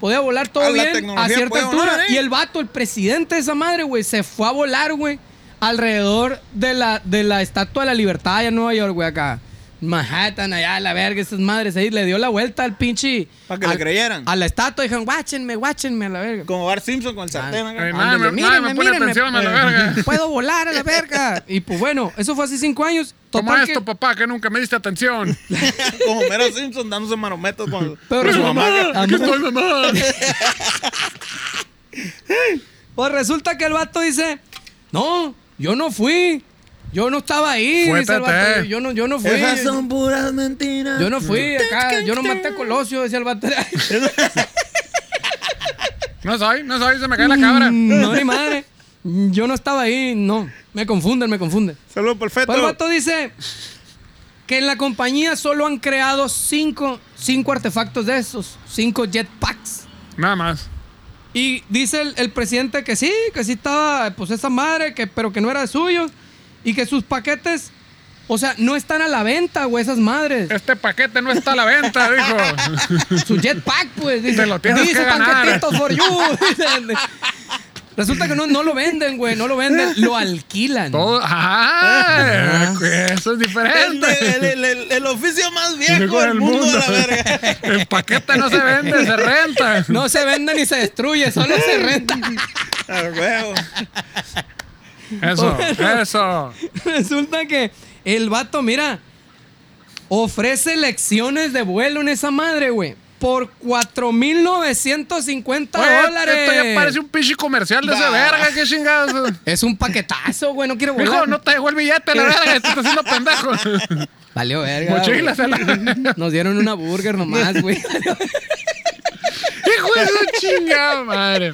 Speaker 3: podía volar todo
Speaker 4: A Ah, la
Speaker 3: bien a
Speaker 4: tecnología
Speaker 3: cierta
Speaker 4: puede
Speaker 3: altura.
Speaker 4: volar, ¿eh?
Speaker 3: Y el vato, el presidente de esa madre, güey, se fue a volar, güey, alrededor de la, de la Estatua de la Libertad allá en Nueva York, güey, acá. Manhattan, allá, la verga, esas madres ahí, le dio la vuelta al pinche.
Speaker 4: Para que le
Speaker 3: al-
Speaker 4: creyeran.
Speaker 3: A la estatua, dijeron, guáchenme, guáchenme, a la verga.
Speaker 4: Como Bart Simpson con el sartén. acá.
Speaker 2: Ay, nada, me,
Speaker 3: Ándale,
Speaker 2: nada, me
Speaker 3: mírenme,
Speaker 2: pone
Speaker 3: mírenme,
Speaker 2: atención a la
Speaker 3: eh,
Speaker 2: verga.
Speaker 3: Puedo volar a la verga. Y pues bueno, eso fue hace cinco años.
Speaker 2: Toma
Speaker 3: Total que-
Speaker 2: esto, papá, que nunca me diste atención.
Speaker 4: Como Homero Simpson dándose marometas con,
Speaker 3: Pero
Speaker 4: con su
Speaker 3: mamá-
Speaker 4: mamá.
Speaker 2: Aquí estoy, mamá.
Speaker 3: Pues resulta que el vato dice, no, yo no fui. Yo no estaba ahí.
Speaker 2: Fue
Speaker 3: dice el vato,
Speaker 2: Tete.
Speaker 3: yo no, yo no fui.
Speaker 4: Esas
Speaker 3: Yo,
Speaker 4: son puras mentiras.
Speaker 3: no fui acá. Yo no maté a Colosio, decía el vato.
Speaker 2: No soy, no soy, se me cae la cabra.
Speaker 3: no, ni madre. Yo no estaba ahí. No, me confunden, me confunden.
Speaker 4: Saludos, perfecto.
Speaker 3: Pues el vato dice que en la compañía solo han creado cinco, cinco artefactos de esos. Cinco jetpacks.
Speaker 2: Nada más.
Speaker 3: Y dice el, el presidente que sí, que sí estaba, pues esa madre, que, pero que no era suyo. Y que sus paquetes, o sea, no están a la venta, güey, esas madres.
Speaker 2: Este paquete no está a la venta, dijo.
Speaker 3: Su jetpack, pues. Dice,
Speaker 2: Te lo tienes
Speaker 3: dice
Speaker 2: que ganar".
Speaker 3: paquetitos for you. Dicen. Resulta que no, no lo venden, güey, no lo venden, lo alquilan.
Speaker 2: Todo. ¡Ah! Eso es
Speaker 4: El,
Speaker 2: diferente.
Speaker 4: el- el- el- el oficio más
Speaker 2: Dijo
Speaker 4: viejo del
Speaker 2: Este. el
Speaker 4: mundo,
Speaker 2: mundo.
Speaker 4: la verga.
Speaker 2: El paquete no se vende, se renta.
Speaker 3: No se vende ni se destruye, solo se renta.
Speaker 4: A huevo.
Speaker 2: Eso, eso.
Speaker 3: Resulta que el vato, mira, ofrece lecciones de vuelo en esa madre, güey. Por 4.950
Speaker 2: Oye,
Speaker 3: dólares.
Speaker 2: Esto ya parece un pichi comercial de esa
Speaker 4: Bah.
Speaker 2: verga, qué chingados.
Speaker 3: Es un paquetazo, güey. No quiero volar.
Speaker 2: Hijo, no te dejó el billete, la verga, te estás haciendo pendejo.
Speaker 3: Valió verga.
Speaker 2: Mochila, se la.
Speaker 3: güey. Nos dieron una burger nomás, güey.
Speaker 2: Hijo de su chingada madre.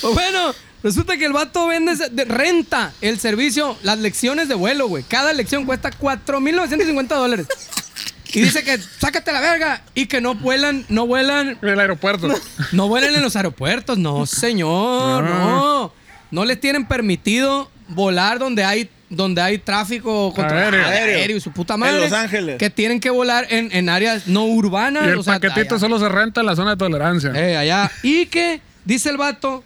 Speaker 3: Pues bueno, resulta que el vato vende, ese- de- renta el servicio, las lecciones de vuelo, güey. Cada lección cuesta 4.950 dólares. Y dice que sácate la verga y que no vuelan, no vuelan
Speaker 2: En el aeropuerto.
Speaker 3: No vuelan en los aeropuertos, no, señor,
Speaker 2: Ah.
Speaker 3: no. No les tienen permitido volar donde hay donde hay tráfico contra
Speaker 2: Aéreo.
Speaker 3: aéreo y su puta madre.
Speaker 4: En Los Ángeles.
Speaker 3: Que tienen que volar en, en áreas no urbanas.
Speaker 2: Y el
Speaker 3: o sea,
Speaker 2: paquetito
Speaker 3: allá.
Speaker 2: solo se renta en la zona de tolerancia.
Speaker 3: Eh, allá. Y que, dice el vato,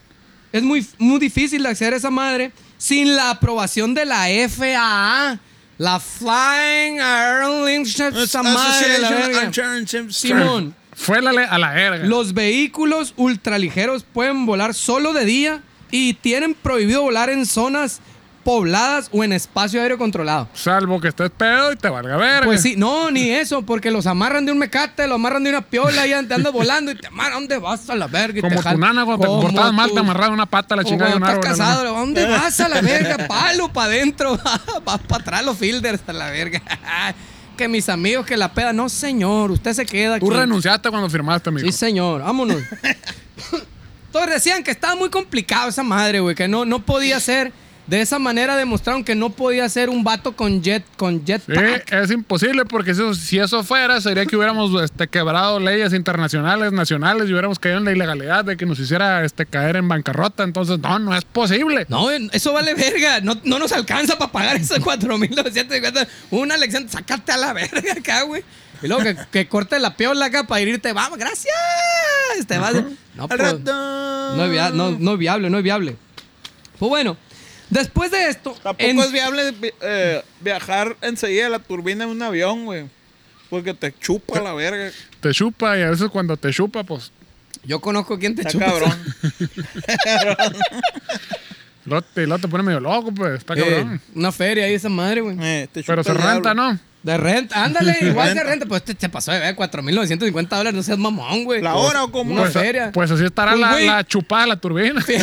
Speaker 3: es muy, muy difícil acceder a esa madre sin la aprobación de la FAA. La Flying Airlines, esa madre, la
Speaker 4: Association
Speaker 3: verga.
Speaker 4: and Championship
Speaker 3: Simón,
Speaker 2: Fuélale a la verga.
Speaker 3: los vehículos ultraligeros pueden volar solo de día y tienen prohibido volar en zonas pobladas o en espacio aéreo controlado.
Speaker 2: Salvo que estés pedo y te valga verga.
Speaker 3: Pues sí, no, ni eso, porque los amarran de un mecate, los amarran de una piola y te andas volando y te amarran, ¿dónde vas a la verga? Y
Speaker 2: Como
Speaker 3: te
Speaker 2: tu nana cuando
Speaker 3: Como
Speaker 2: te portabas mal,
Speaker 3: tú-
Speaker 2: te amarraba una pata a la
Speaker 3: como
Speaker 2: chingada de un
Speaker 3: cuando
Speaker 2: árbol.
Speaker 3: estás
Speaker 2: a la
Speaker 3: casado, ¿dónde vas a la verga? Palo para adentro, vas para atrás los fielders a la verga. que mis amigos, que la peda, no señor, usted se queda
Speaker 2: Tú
Speaker 3: aquí.
Speaker 2: renunciaste cuando firmaste, amigo.
Speaker 3: Sí, señor, vámonos. Todos decían que estaba muy complicado esa madre, güey, que no, no podía ser. De esa manera demostraron que no podía ser un vato con jet, con
Speaker 2: Sí,
Speaker 3: jetpack.
Speaker 2: es imposible porque eso- si eso fuera, sería que hubiéramos este, quebrado leyes internacionales, nacionales y hubiéramos caído en la ilegalidad de que nos hiciera este, caer en bancarrota. Entonces, no, no es posible.
Speaker 3: No, eso vale verga. No, no nos alcanza para pagar esos 4.950. Una lección, sácate a la verga acá, güey. Y luego que, que corte la piola acá para irte. Vamos, gracias. Te vas. No,
Speaker 4: Al
Speaker 3: pues,
Speaker 4: rato.
Speaker 3: no, es via- no, no es viable, no es viable. Pues bueno, después de esto.
Speaker 4: Tampoco
Speaker 3: en-
Speaker 4: es viable vi- eh, viajar enseguida a la turbina en un avión, güey. Porque te chupa la verga.
Speaker 2: Te chupa y a veces cuando te chupa, pues
Speaker 3: Yo conozco quién te
Speaker 4: Está
Speaker 3: chupa.
Speaker 4: cabrón.
Speaker 2: lo, y luego te pone medio loco, pues está
Speaker 3: Eh,
Speaker 2: cabrón.
Speaker 3: una feria ahí esa madre, güey.
Speaker 4: Eh, te chupa
Speaker 2: pues, Pero se
Speaker 4: el
Speaker 2: renta,
Speaker 4: diablo.
Speaker 2: ¿no?
Speaker 5: De renta, ándale, igual de renta. Pues te, te pasó de ver 4.950 dólares, no seas mamón, güey.
Speaker 4: ¿La hora o cómo?
Speaker 5: Una
Speaker 4: Pues,
Speaker 5: feria.
Speaker 2: Pues así estará
Speaker 5: Un
Speaker 2: la,
Speaker 5: güey-
Speaker 2: la chupada de la turbina.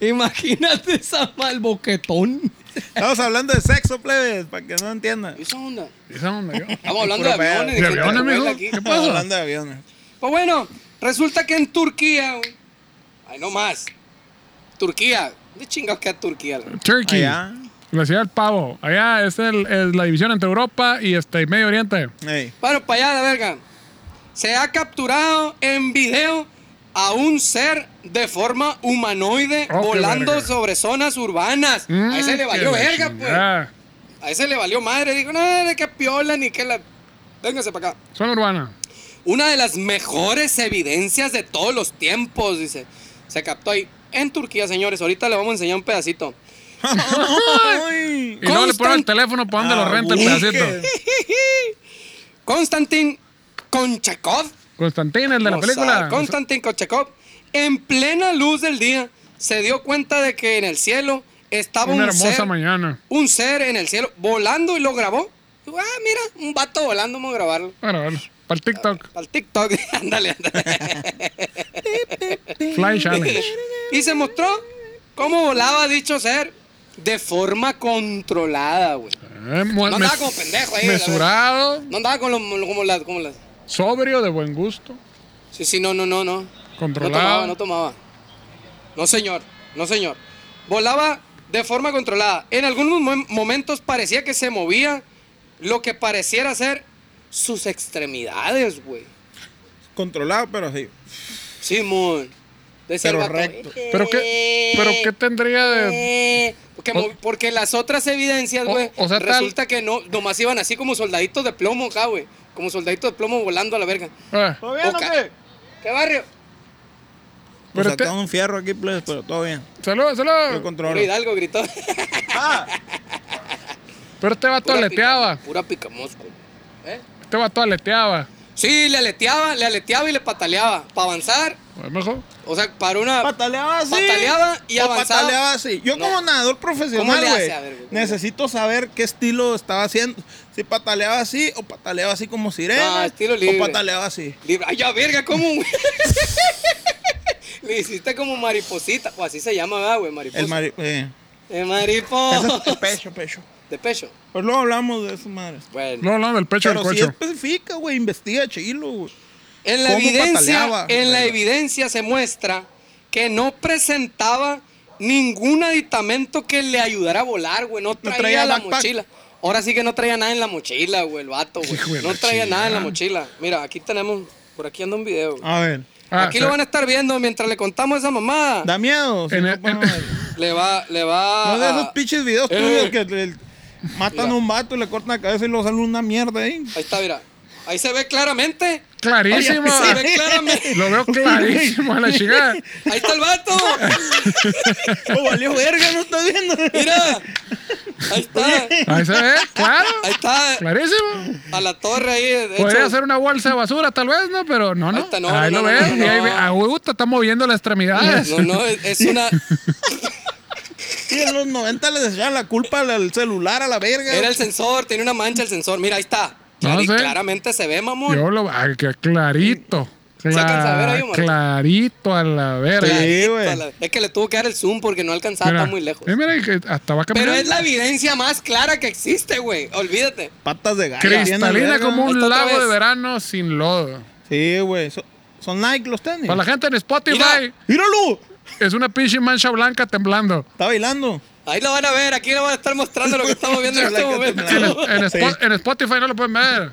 Speaker 5: Imagínate esa mal boquetón.
Speaker 4: Estamos hablando de sexo, plebes, para que no entiendan.
Speaker 3: ¿Qué onda?
Speaker 2: Esa onda, yo.
Speaker 3: Estamos hablando de
Speaker 4: Puro pedo.
Speaker 3: aviones.
Speaker 2: ¿De
Speaker 3: gente
Speaker 2: aviones,
Speaker 3: que vuela
Speaker 2: mijo?
Speaker 3: aquí.
Speaker 2: ¿Qué
Speaker 4: Estamos
Speaker 2: pasa?
Speaker 4: hablando de aviones.
Speaker 3: Pues bueno, resulta que en Turquía, güey. Ay, no más. Turquía. ¿Dónde chingados queda Turquía? güey?
Speaker 2: Turkey.
Speaker 4: Allá.
Speaker 2: La ciudad del pavo. Allá es, el, es la división entre Europa y este, y Medio Oriente.
Speaker 4: Ey.
Speaker 3: Bueno, para allá, la verga. Se ha capturado en video a un ser de forma humanoide
Speaker 2: Oh, qué
Speaker 3: volando
Speaker 2: verga. Mm,
Speaker 3: sobre zonas urbanas. a ese le valió verga, pues.
Speaker 2: pues.
Speaker 3: A ese le valió madre. Dijo, no, de que piola ni que la. Véngase para acá.
Speaker 2: Zona urbana.
Speaker 3: Una de las mejores evidencias de todos los tiempos, dice. Se captó ahí. En Turquía, señores. Ahorita le vamos a enseñar un pedacito.
Speaker 2: Y luego le ponen el
Speaker 3: Constant-
Speaker 2: teléfono para donde lo
Speaker 4: Ah,
Speaker 2: renta el
Speaker 4: busque.
Speaker 2: pedacito.
Speaker 3: Constantin Konchakov.
Speaker 2: Constantín, el de la
Speaker 3: Mozart,
Speaker 2: película.
Speaker 3: Konstantin Kochakov, en plena luz del día, se dio cuenta de que en el cielo estaba
Speaker 2: Una
Speaker 3: un
Speaker 2: hermosa
Speaker 3: ser,
Speaker 2: mañana.
Speaker 3: un ser en el cielo volando y lo grabó. Dijo, Ah, mira, un vato volando, vamos a grabarlo.
Speaker 2: Bueno, bueno. Para el TikTok.
Speaker 3: Al TikTok, ándale, ándale.
Speaker 2: Fly Challenge.
Speaker 3: y se mostró cómo volaba dicho ser de forma controlada, güey.
Speaker 2: Eh, mu-
Speaker 3: No andaba como pendejo ahí, la verdad.
Speaker 2: Mesurado,
Speaker 3: No andaba con los, como las, como las.
Speaker 2: sobrio, de buen gusto.
Speaker 3: Sí, sí, no, no, no, no.
Speaker 2: Controlado.
Speaker 3: No tomaba, no tomaba. No, señor, no, señor. Volaba de forma controlada. En algunos mo- momentos parecía que se movía lo que pareciera ser sus extremidades, güey.
Speaker 4: Controlado, pero sí.
Speaker 3: Simón. De ser
Speaker 4: Pero
Speaker 3: vato,
Speaker 4: recto.
Speaker 3: "Eh,
Speaker 2: Pero qué, pero qué tendría de.
Speaker 3: eh". Porque, mo- porque las otras evidencias,
Speaker 2: O-
Speaker 3: güey,
Speaker 2: o sea, tal-
Speaker 3: resulta que no, nomás iban así como soldaditos de plomo acá, güey. Como soldaditos de plomo volando a la verga.
Speaker 2: Eh,
Speaker 4: ¿Todo bien
Speaker 3: Oca.
Speaker 4: o qué?
Speaker 3: ¿Qué barrio?
Speaker 4: Nos
Speaker 2: Pero
Speaker 4: sacaron un fierro aquí, plebes, pero todo bien.
Speaker 2: saludos,
Speaker 4: Yo
Speaker 2: saludos.
Speaker 3: Puro
Speaker 4: controlo. Ah.
Speaker 3: Hidalgo gritó.
Speaker 2: Pero este vato
Speaker 3: Pura
Speaker 2: aleteaba.
Speaker 3: pica- Pura picamosco. ¿Eh?
Speaker 2: Este vato aleteaba.
Speaker 3: Sí, le aleteaba, le aleteaba y le pataleaba. Para avanzar,
Speaker 2: A lo mejor.
Speaker 3: o sea, para una.
Speaker 4: Pataleaba así.
Speaker 3: Pataleaba y
Speaker 4: O
Speaker 3: avanzaba.
Speaker 4: Pataleaba así. Yo
Speaker 3: No.
Speaker 4: como nadador profesional,
Speaker 3: le hace?
Speaker 4: güey,
Speaker 3: A ver, güey, ¿cómo?
Speaker 4: necesito saber qué estilo estaba haciendo. Si pataleaba así o pataleaba así como sirena.
Speaker 3: No, Ah, estilo libre.
Speaker 4: O pataleaba así.
Speaker 3: libre. Ay, ya verga, ¿cómo, güey? le hiciste como mariposita. Pues así se llama, ¿verdad, güey, mariposa.
Speaker 4: El mari... eh,
Speaker 3: El
Speaker 4: ese
Speaker 3: mariposa.
Speaker 4: es el pecho, pecho.
Speaker 3: De pecho.
Speaker 4: Pues luego hablamos de eso, madre.
Speaker 3: Bueno.
Speaker 2: No, no, del pecho
Speaker 4: Pero
Speaker 2: del
Speaker 4: sí
Speaker 2: cocho.
Speaker 4: especifica, güey, investiga, chilo. güey.
Speaker 3: En la
Speaker 4: ¿Cómo
Speaker 3: evidencia,
Speaker 4: pataleaba?
Speaker 3: en la
Speaker 4: Verga.
Speaker 3: evidencia se muestra que no presentaba ningún aditamento que le ayudara a volar, güey. No traía,
Speaker 4: traía
Speaker 3: la
Speaker 4: backpack.
Speaker 3: mochila. Ahora sí que no traía nada en la mochila, güey, el vato, güey.
Speaker 2: Hijo de
Speaker 3: No
Speaker 2: la
Speaker 3: traía nada en la
Speaker 2: chingada.
Speaker 3: mochila. Mira, aquí tenemos, por aquí anda un video. güey.
Speaker 4: A ver,
Speaker 2: Ah,
Speaker 3: aquí
Speaker 2: sí.
Speaker 3: lo van a estar viendo mientras le contamos esa mamá.
Speaker 4: da miedo. si
Speaker 2: En
Speaker 4: no,
Speaker 2: el-
Speaker 4: pues,
Speaker 2: en-
Speaker 4: no, güey.
Speaker 3: Le va, le va.
Speaker 4: No de
Speaker 3: a-
Speaker 4: esos pinches videos
Speaker 3: Eh.
Speaker 4: tuyos que le- matan a un vato y le cortan la cabeza y luego sale una mierda ahí.
Speaker 3: Ahí está, mira. Ahí se ve claramente.
Speaker 2: Clarísimo.
Speaker 3: Se ve claramente.
Speaker 2: Lo veo clarísimo a la chingada.
Speaker 3: Ahí está el vato.
Speaker 4: Oh, valió verga, no estás viendo.
Speaker 3: Mira. Ahí está.
Speaker 2: Ahí se ve, claro.
Speaker 3: Ahí está.
Speaker 2: Clarísimo.
Speaker 3: A la torre ahí. de hecho.
Speaker 2: Podría ser una bolsa de basura, tal vez, ¿no? Pero no, no.
Speaker 3: Ahí está, no,
Speaker 2: Ahí
Speaker 3: no,
Speaker 2: lo
Speaker 3: no,
Speaker 2: ves.
Speaker 3: no,
Speaker 2: y ahí
Speaker 3: no.
Speaker 2: ve- ah, güey, te está moviendo las extremidades.
Speaker 3: No, no, es es una.
Speaker 4: Y en los 90 le deseaban la culpa al- al celular a la verga.
Speaker 3: Era el sensor, tenía una mancha el sensor. Mira, ahí está.
Speaker 2: No
Speaker 3: Clari-
Speaker 2: sé.
Speaker 3: Claramente se ve, mamón.
Speaker 2: Yo lo. ah, que clarito.
Speaker 3: alcanza a ver
Speaker 2: Cla-
Speaker 3: ahí, Omar?
Speaker 2: clarito a la verga.
Speaker 3: Clarito,
Speaker 4: Sí, güey.
Speaker 3: la- Es que le tuvo que dar el zoom porque no alcanzaba,
Speaker 2: Mira,
Speaker 3: está muy lejos.
Speaker 2: eh, mira, y que hasta va
Speaker 3: Pero
Speaker 2: caminando.
Speaker 3: es la evidencia más clara que existe, güey. Olvídate.
Speaker 4: Patas de gallo. bien
Speaker 2: Cristalina
Speaker 4: verga.
Speaker 2: como
Speaker 3: Ahí
Speaker 2: un
Speaker 3: está otra
Speaker 2: lago de
Speaker 3: vez.
Speaker 2: verano sin lodo.
Speaker 4: Sí, güey. so- son Nike los tenis.
Speaker 2: Para la gente en Spotify,
Speaker 3: Mira.
Speaker 4: ¡Míralo!
Speaker 2: es una pinche mancha blanca temblando.
Speaker 4: Está bailando.
Speaker 3: Ahí lo van a ver, aquí lo van a estar mostrando lo que estamos viendo en este
Speaker 2: En,
Speaker 3: momento.
Speaker 2: en
Speaker 4: Sí.
Speaker 2: Spo- en Spotify no lo pueden ver.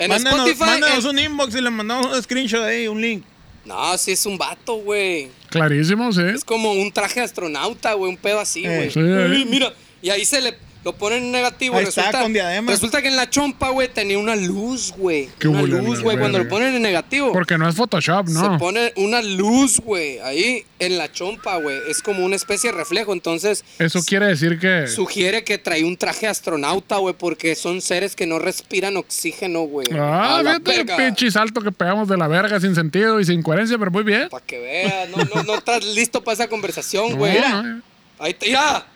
Speaker 3: En
Speaker 4: mándanos,
Speaker 3: Spotify.
Speaker 4: mándanos
Speaker 3: en-
Speaker 4: un inbox y le mandamos un screenshot ahí, un link.
Speaker 3: No, sí es un vato, güey.
Speaker 2: Clarísimo, sí.
Speaker 3: Es como un traje de astronauta, güey, un pedo así,
Speaker 4: Eh,
Speaker 3: güey.
Speaker 2: sí.
Speaker 3: Uy, mira, y ahí se le lo ponen en negativo.
Speaker 4: Ahí está,
Speaker 3: resulta,
Speaker 4: con diadema.
Speaker 3: Resulta que en la chompa, güey, tenía una luz, güey.
Speaker 2: Qué
Speaker 3: una
Speaker 2: buena
Speaker 3: luz,
Speaker 2: la
Speaker 3: güey. Cuando lo
Speaker 2: verga.
Speaker 3: ponen en negativo,
Speaker 2: Porque no es Photoshop, no.
Speaker 3: se pone una luz, güey, ahí en la chompa, güey. Es como una especie de reflejo. Entonces,
Speaker 2: Eso quiere decir que.
Speaker 3: sugiere que trae un traje de astronauta, güey, porque son seres que no respiran oxígeno, güey.
Speaker 2: Ah,
Speaker 3: A la
Speaker 2: fíjate el
Speaker 3: verga.
Speaker 2: pinche salto que pegamos de la verga sin sentido y sin coherencia, pero muy bien.
Speaker 3: Para que veas, no, no, no estás listo para esa conversación,
Speaker 2: No,
Speaker 3: güey.
Speaker 2: no, eh.
Speaker 3: Ahí te, mira,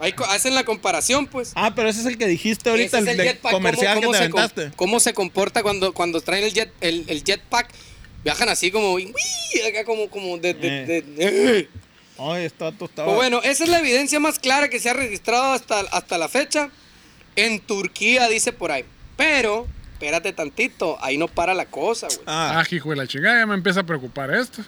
Speaker 3: Ahí co- hacen la comparación, pues.
Speaker 4: Ah, pero ese es el que dijiste ahorita,
Speaker 3: Ese es
Speaker 4: el,
Speaker 3: el
Speaker 4: de
Speaker 3: jetpack, ¿cómo-
Speaker 4: comercial que
Speaker 3: cómo
Speaker 4: te
Speaker 3: se com-
Speaker 4: aventaste.
Speaker 3: ¿Cómo se comporta cuando, cuando traen el, jet, el, el jetpack? Viajan así como... "Uy", Acá como, como de... de-
Speaker 4: Eh.
Speaker 3: de- ¡eh!
Speaker 4: Ay, este está tostado.
Speaker 3: Pues bueno, esa es la evidencia más clara que se ha registrado hasta, hasta la fecha en Turquía, dice por ahí. Pero, espérate tantito, ahí no para la cosa, güey.
Speaker 4: Ah,
Speaker 2: Ah, hijo de la chingada, ya me empieza a preocupar esto.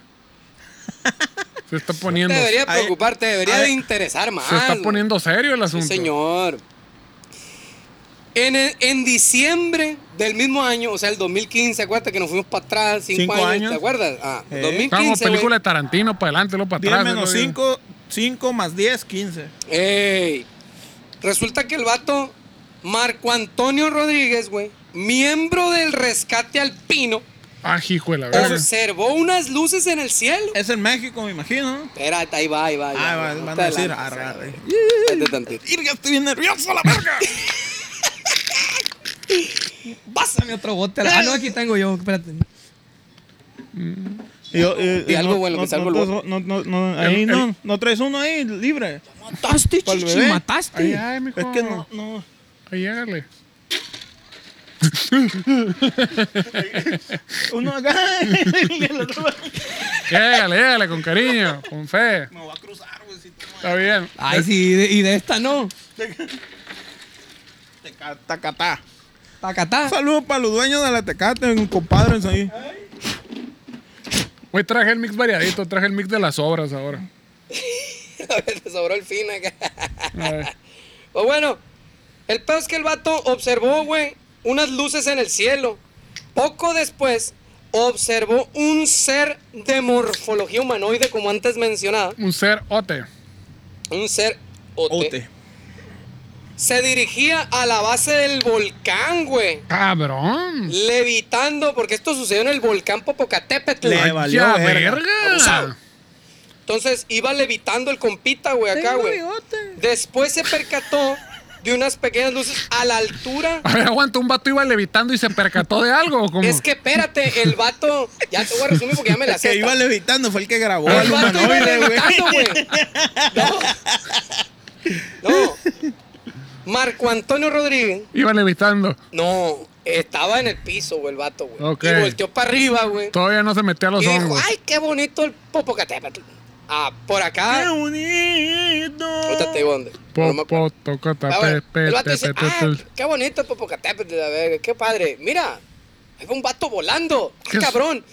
Speaker 2: Se está poniendo.
Speaker 3: Te debería
Speaker 4: ahí-
Speaker 3: preocuparte, debería
Speaker 4: ahí-
Speaker 3: de interesar más.
Speaker 2: Se está
Speaker 3: güey.
Speaker 2: poniendo serio el
Speaker 3: Sí,
Speaker 2: asunto.
Speaker 3: señor. En, el- en diciembre del mismo año, o sea, el 2015, acuérdate que nos fuimos para atrás, cinco,
Speaker 4: Cinco
Speaker 3: años,
Speaker 4: años.
Speaker 3: ¿te acuerdas?
Speaker 4: Eh.
Speaker 3: Ah,
Speaker 2: Vamos,
Speaker 3: 2015.
Speaker 2: película
Speaker 3: güey.
Speaker 2: de Tarantino, para adelante, luego para
Speaker 4: 10
Speaker 2: atrás.
Speaker 4: menos
Speaker 2: luego-
Speaker 4: 5, 5 más 10, 15.
Speaker 3: Ey. Resulta que el vato, Marco Antonio Rodríguez, güey, miembro del rescate alpino,
Speaker 2: Ah, hijo de la verga.
Speaker 3: observó unas luces en el cielo.
Speaker 4: Es en México, me imagino.
Speaker 3: Espérate, ahí va, ahí va. ahí
Speaker 4: Ah,
Speaker 3: va,
Speaker 4: van-
Speaker 3: no
Speaker 4: van
Speaker 3: te
Speaker 4: a decir,
Speaker 3: adelantes,
Speaker 4: arre,
Speaker 3: ahí
Speaker 4: arre.
Speaker 3: va. Espérate tantito.
Speaker 4: Irga, estoy bien nervioso, la verga.
Speaker 6: Pásame otro bote. Ah, no, aquí tengo yo. Espérate.
Speaker 4: Y, yo- y-
Speaker 3: Y
Speaker 4: y
Speaker 3: algo
Speaker 4: no-
Speaker 3: bueno,
Speaker 4: no-
Speaker 3: que salgo el
Speaker 4: no-
Speaker 3: bote.
Speaker 4: no, no, no, ahí
Speaker 2: El-
Speaker 4: no,
Speaker 2: el-
Speaker 4: no traes uno ahí libre.
Speaker 6: Mataste,
Speaker 4: ¿Cuál
Speaker 6: chichi,
Speaker 4: bebé?
Speaker 2: Ay,
Speaker 6: mataste.
Speaker 2: ay, mijo.
Speaker 4: Es que no, no.
Speaker 2: Ahí llégale.
Speaker 4: Uno acá y el otro.
Speaker 2: Llégale, llégale, con cariño, con fe.
Speaker 4: Me voy a cruzar, güey, si tomo
Speaker 2: Está bien.
Speaker 6: Ay, sí, y de, y de esta no.
Speaker 4: tecata, tacatá.
Speaker 6: Tacatá.
Speaker 4: Saludos para los dueños de la Tecate, un compadre en ahí.
Speaker 2: Hoy traje el mix variadito, traje el mix de las obras ahora.
Speaker 3: Te sobró el fin acá.
Speaker 2: A ver.
Speaker 3: Pues bueno, el peor es que el vato observó, güey, unas luces en el cielo. Poco después, observó un ser de morfología humanoide, como antes mencionaba.
Speaker 2: Un ser ote.
Speaker 3: Un ser ote.
Speaker 4: Ote.
Speaker 3: Se dirigía a la base del volcán, güey.
Speaker 2: Cabrón.
Speaker 3: Levitando, porque esto sucedió en el volcán Popocatépetl.
Speaker 4: Le-
Speaker 3: Ay.
Speaker 4: valió
Speaker 2: Ya,
Speaker 4: verga.
Speaker 3: Abusado. Entonces iba levitando el compita, güey, acá,
Speaker 4: Tengo
Speaker 3: güey.
Speaker 4: bigote.
Speaker 3: Después se percató de unas pequeñas luces a la altura
Speaker 2: A ver, aguanta, un vato iba levitando y se percató de algo. ¿o cómo?
Speaker 3: Es que espérate, el vato. Ya te voy a resumir porque ya me la
Speaker 4: Que
Speaker 3: sé.
Speaker 4: iba levitando, fue el que grabó
Speaker 3: Ah, El
Speaker 4: al
Speaker 3: vato iba
Speaker 4: humanoide, güey.
Speaker 3: levitando, güey. No. No. Marco Antonio Rodríguez.
Speaker 2: Iba levitando.
Speaker 3: No. Estaba en el piso, güey, el vato, güey.
Speaker 2: Ok.
Speaker 3: Y volteó para arriba, güey.
Speaker 2: Todavía no se metía a los
Speaker 3: Y dijo,
Speaker 2: hongos.
Speaker 3: ay, qué bonito el Popocatépetl. Ah, por
Speaker 4: Qué
Speaker 3: acá. Ahorita te
Speaker 4: bonito.
Speaker 3: digo dónde. No me acuerdo.
Speaker 2: Popo, tocota,
Speaker 3: Ah,
Speaker 2: pe,
Speaker 3: bueno,
Speaker 2: pe,
Speaker 3: el vato
Speaker 2: pe,
Speaker 3: dice,
Speaker 2: pe,
Speaker 3: ah,
Speaker 2: pe.
Speaker 3: qué bonito el Popocatépetl, la verga, qué padre. Mira, hay un vato volando, ah,
Speaker 2: ¿Qué es?
Speaker 3: cabrón.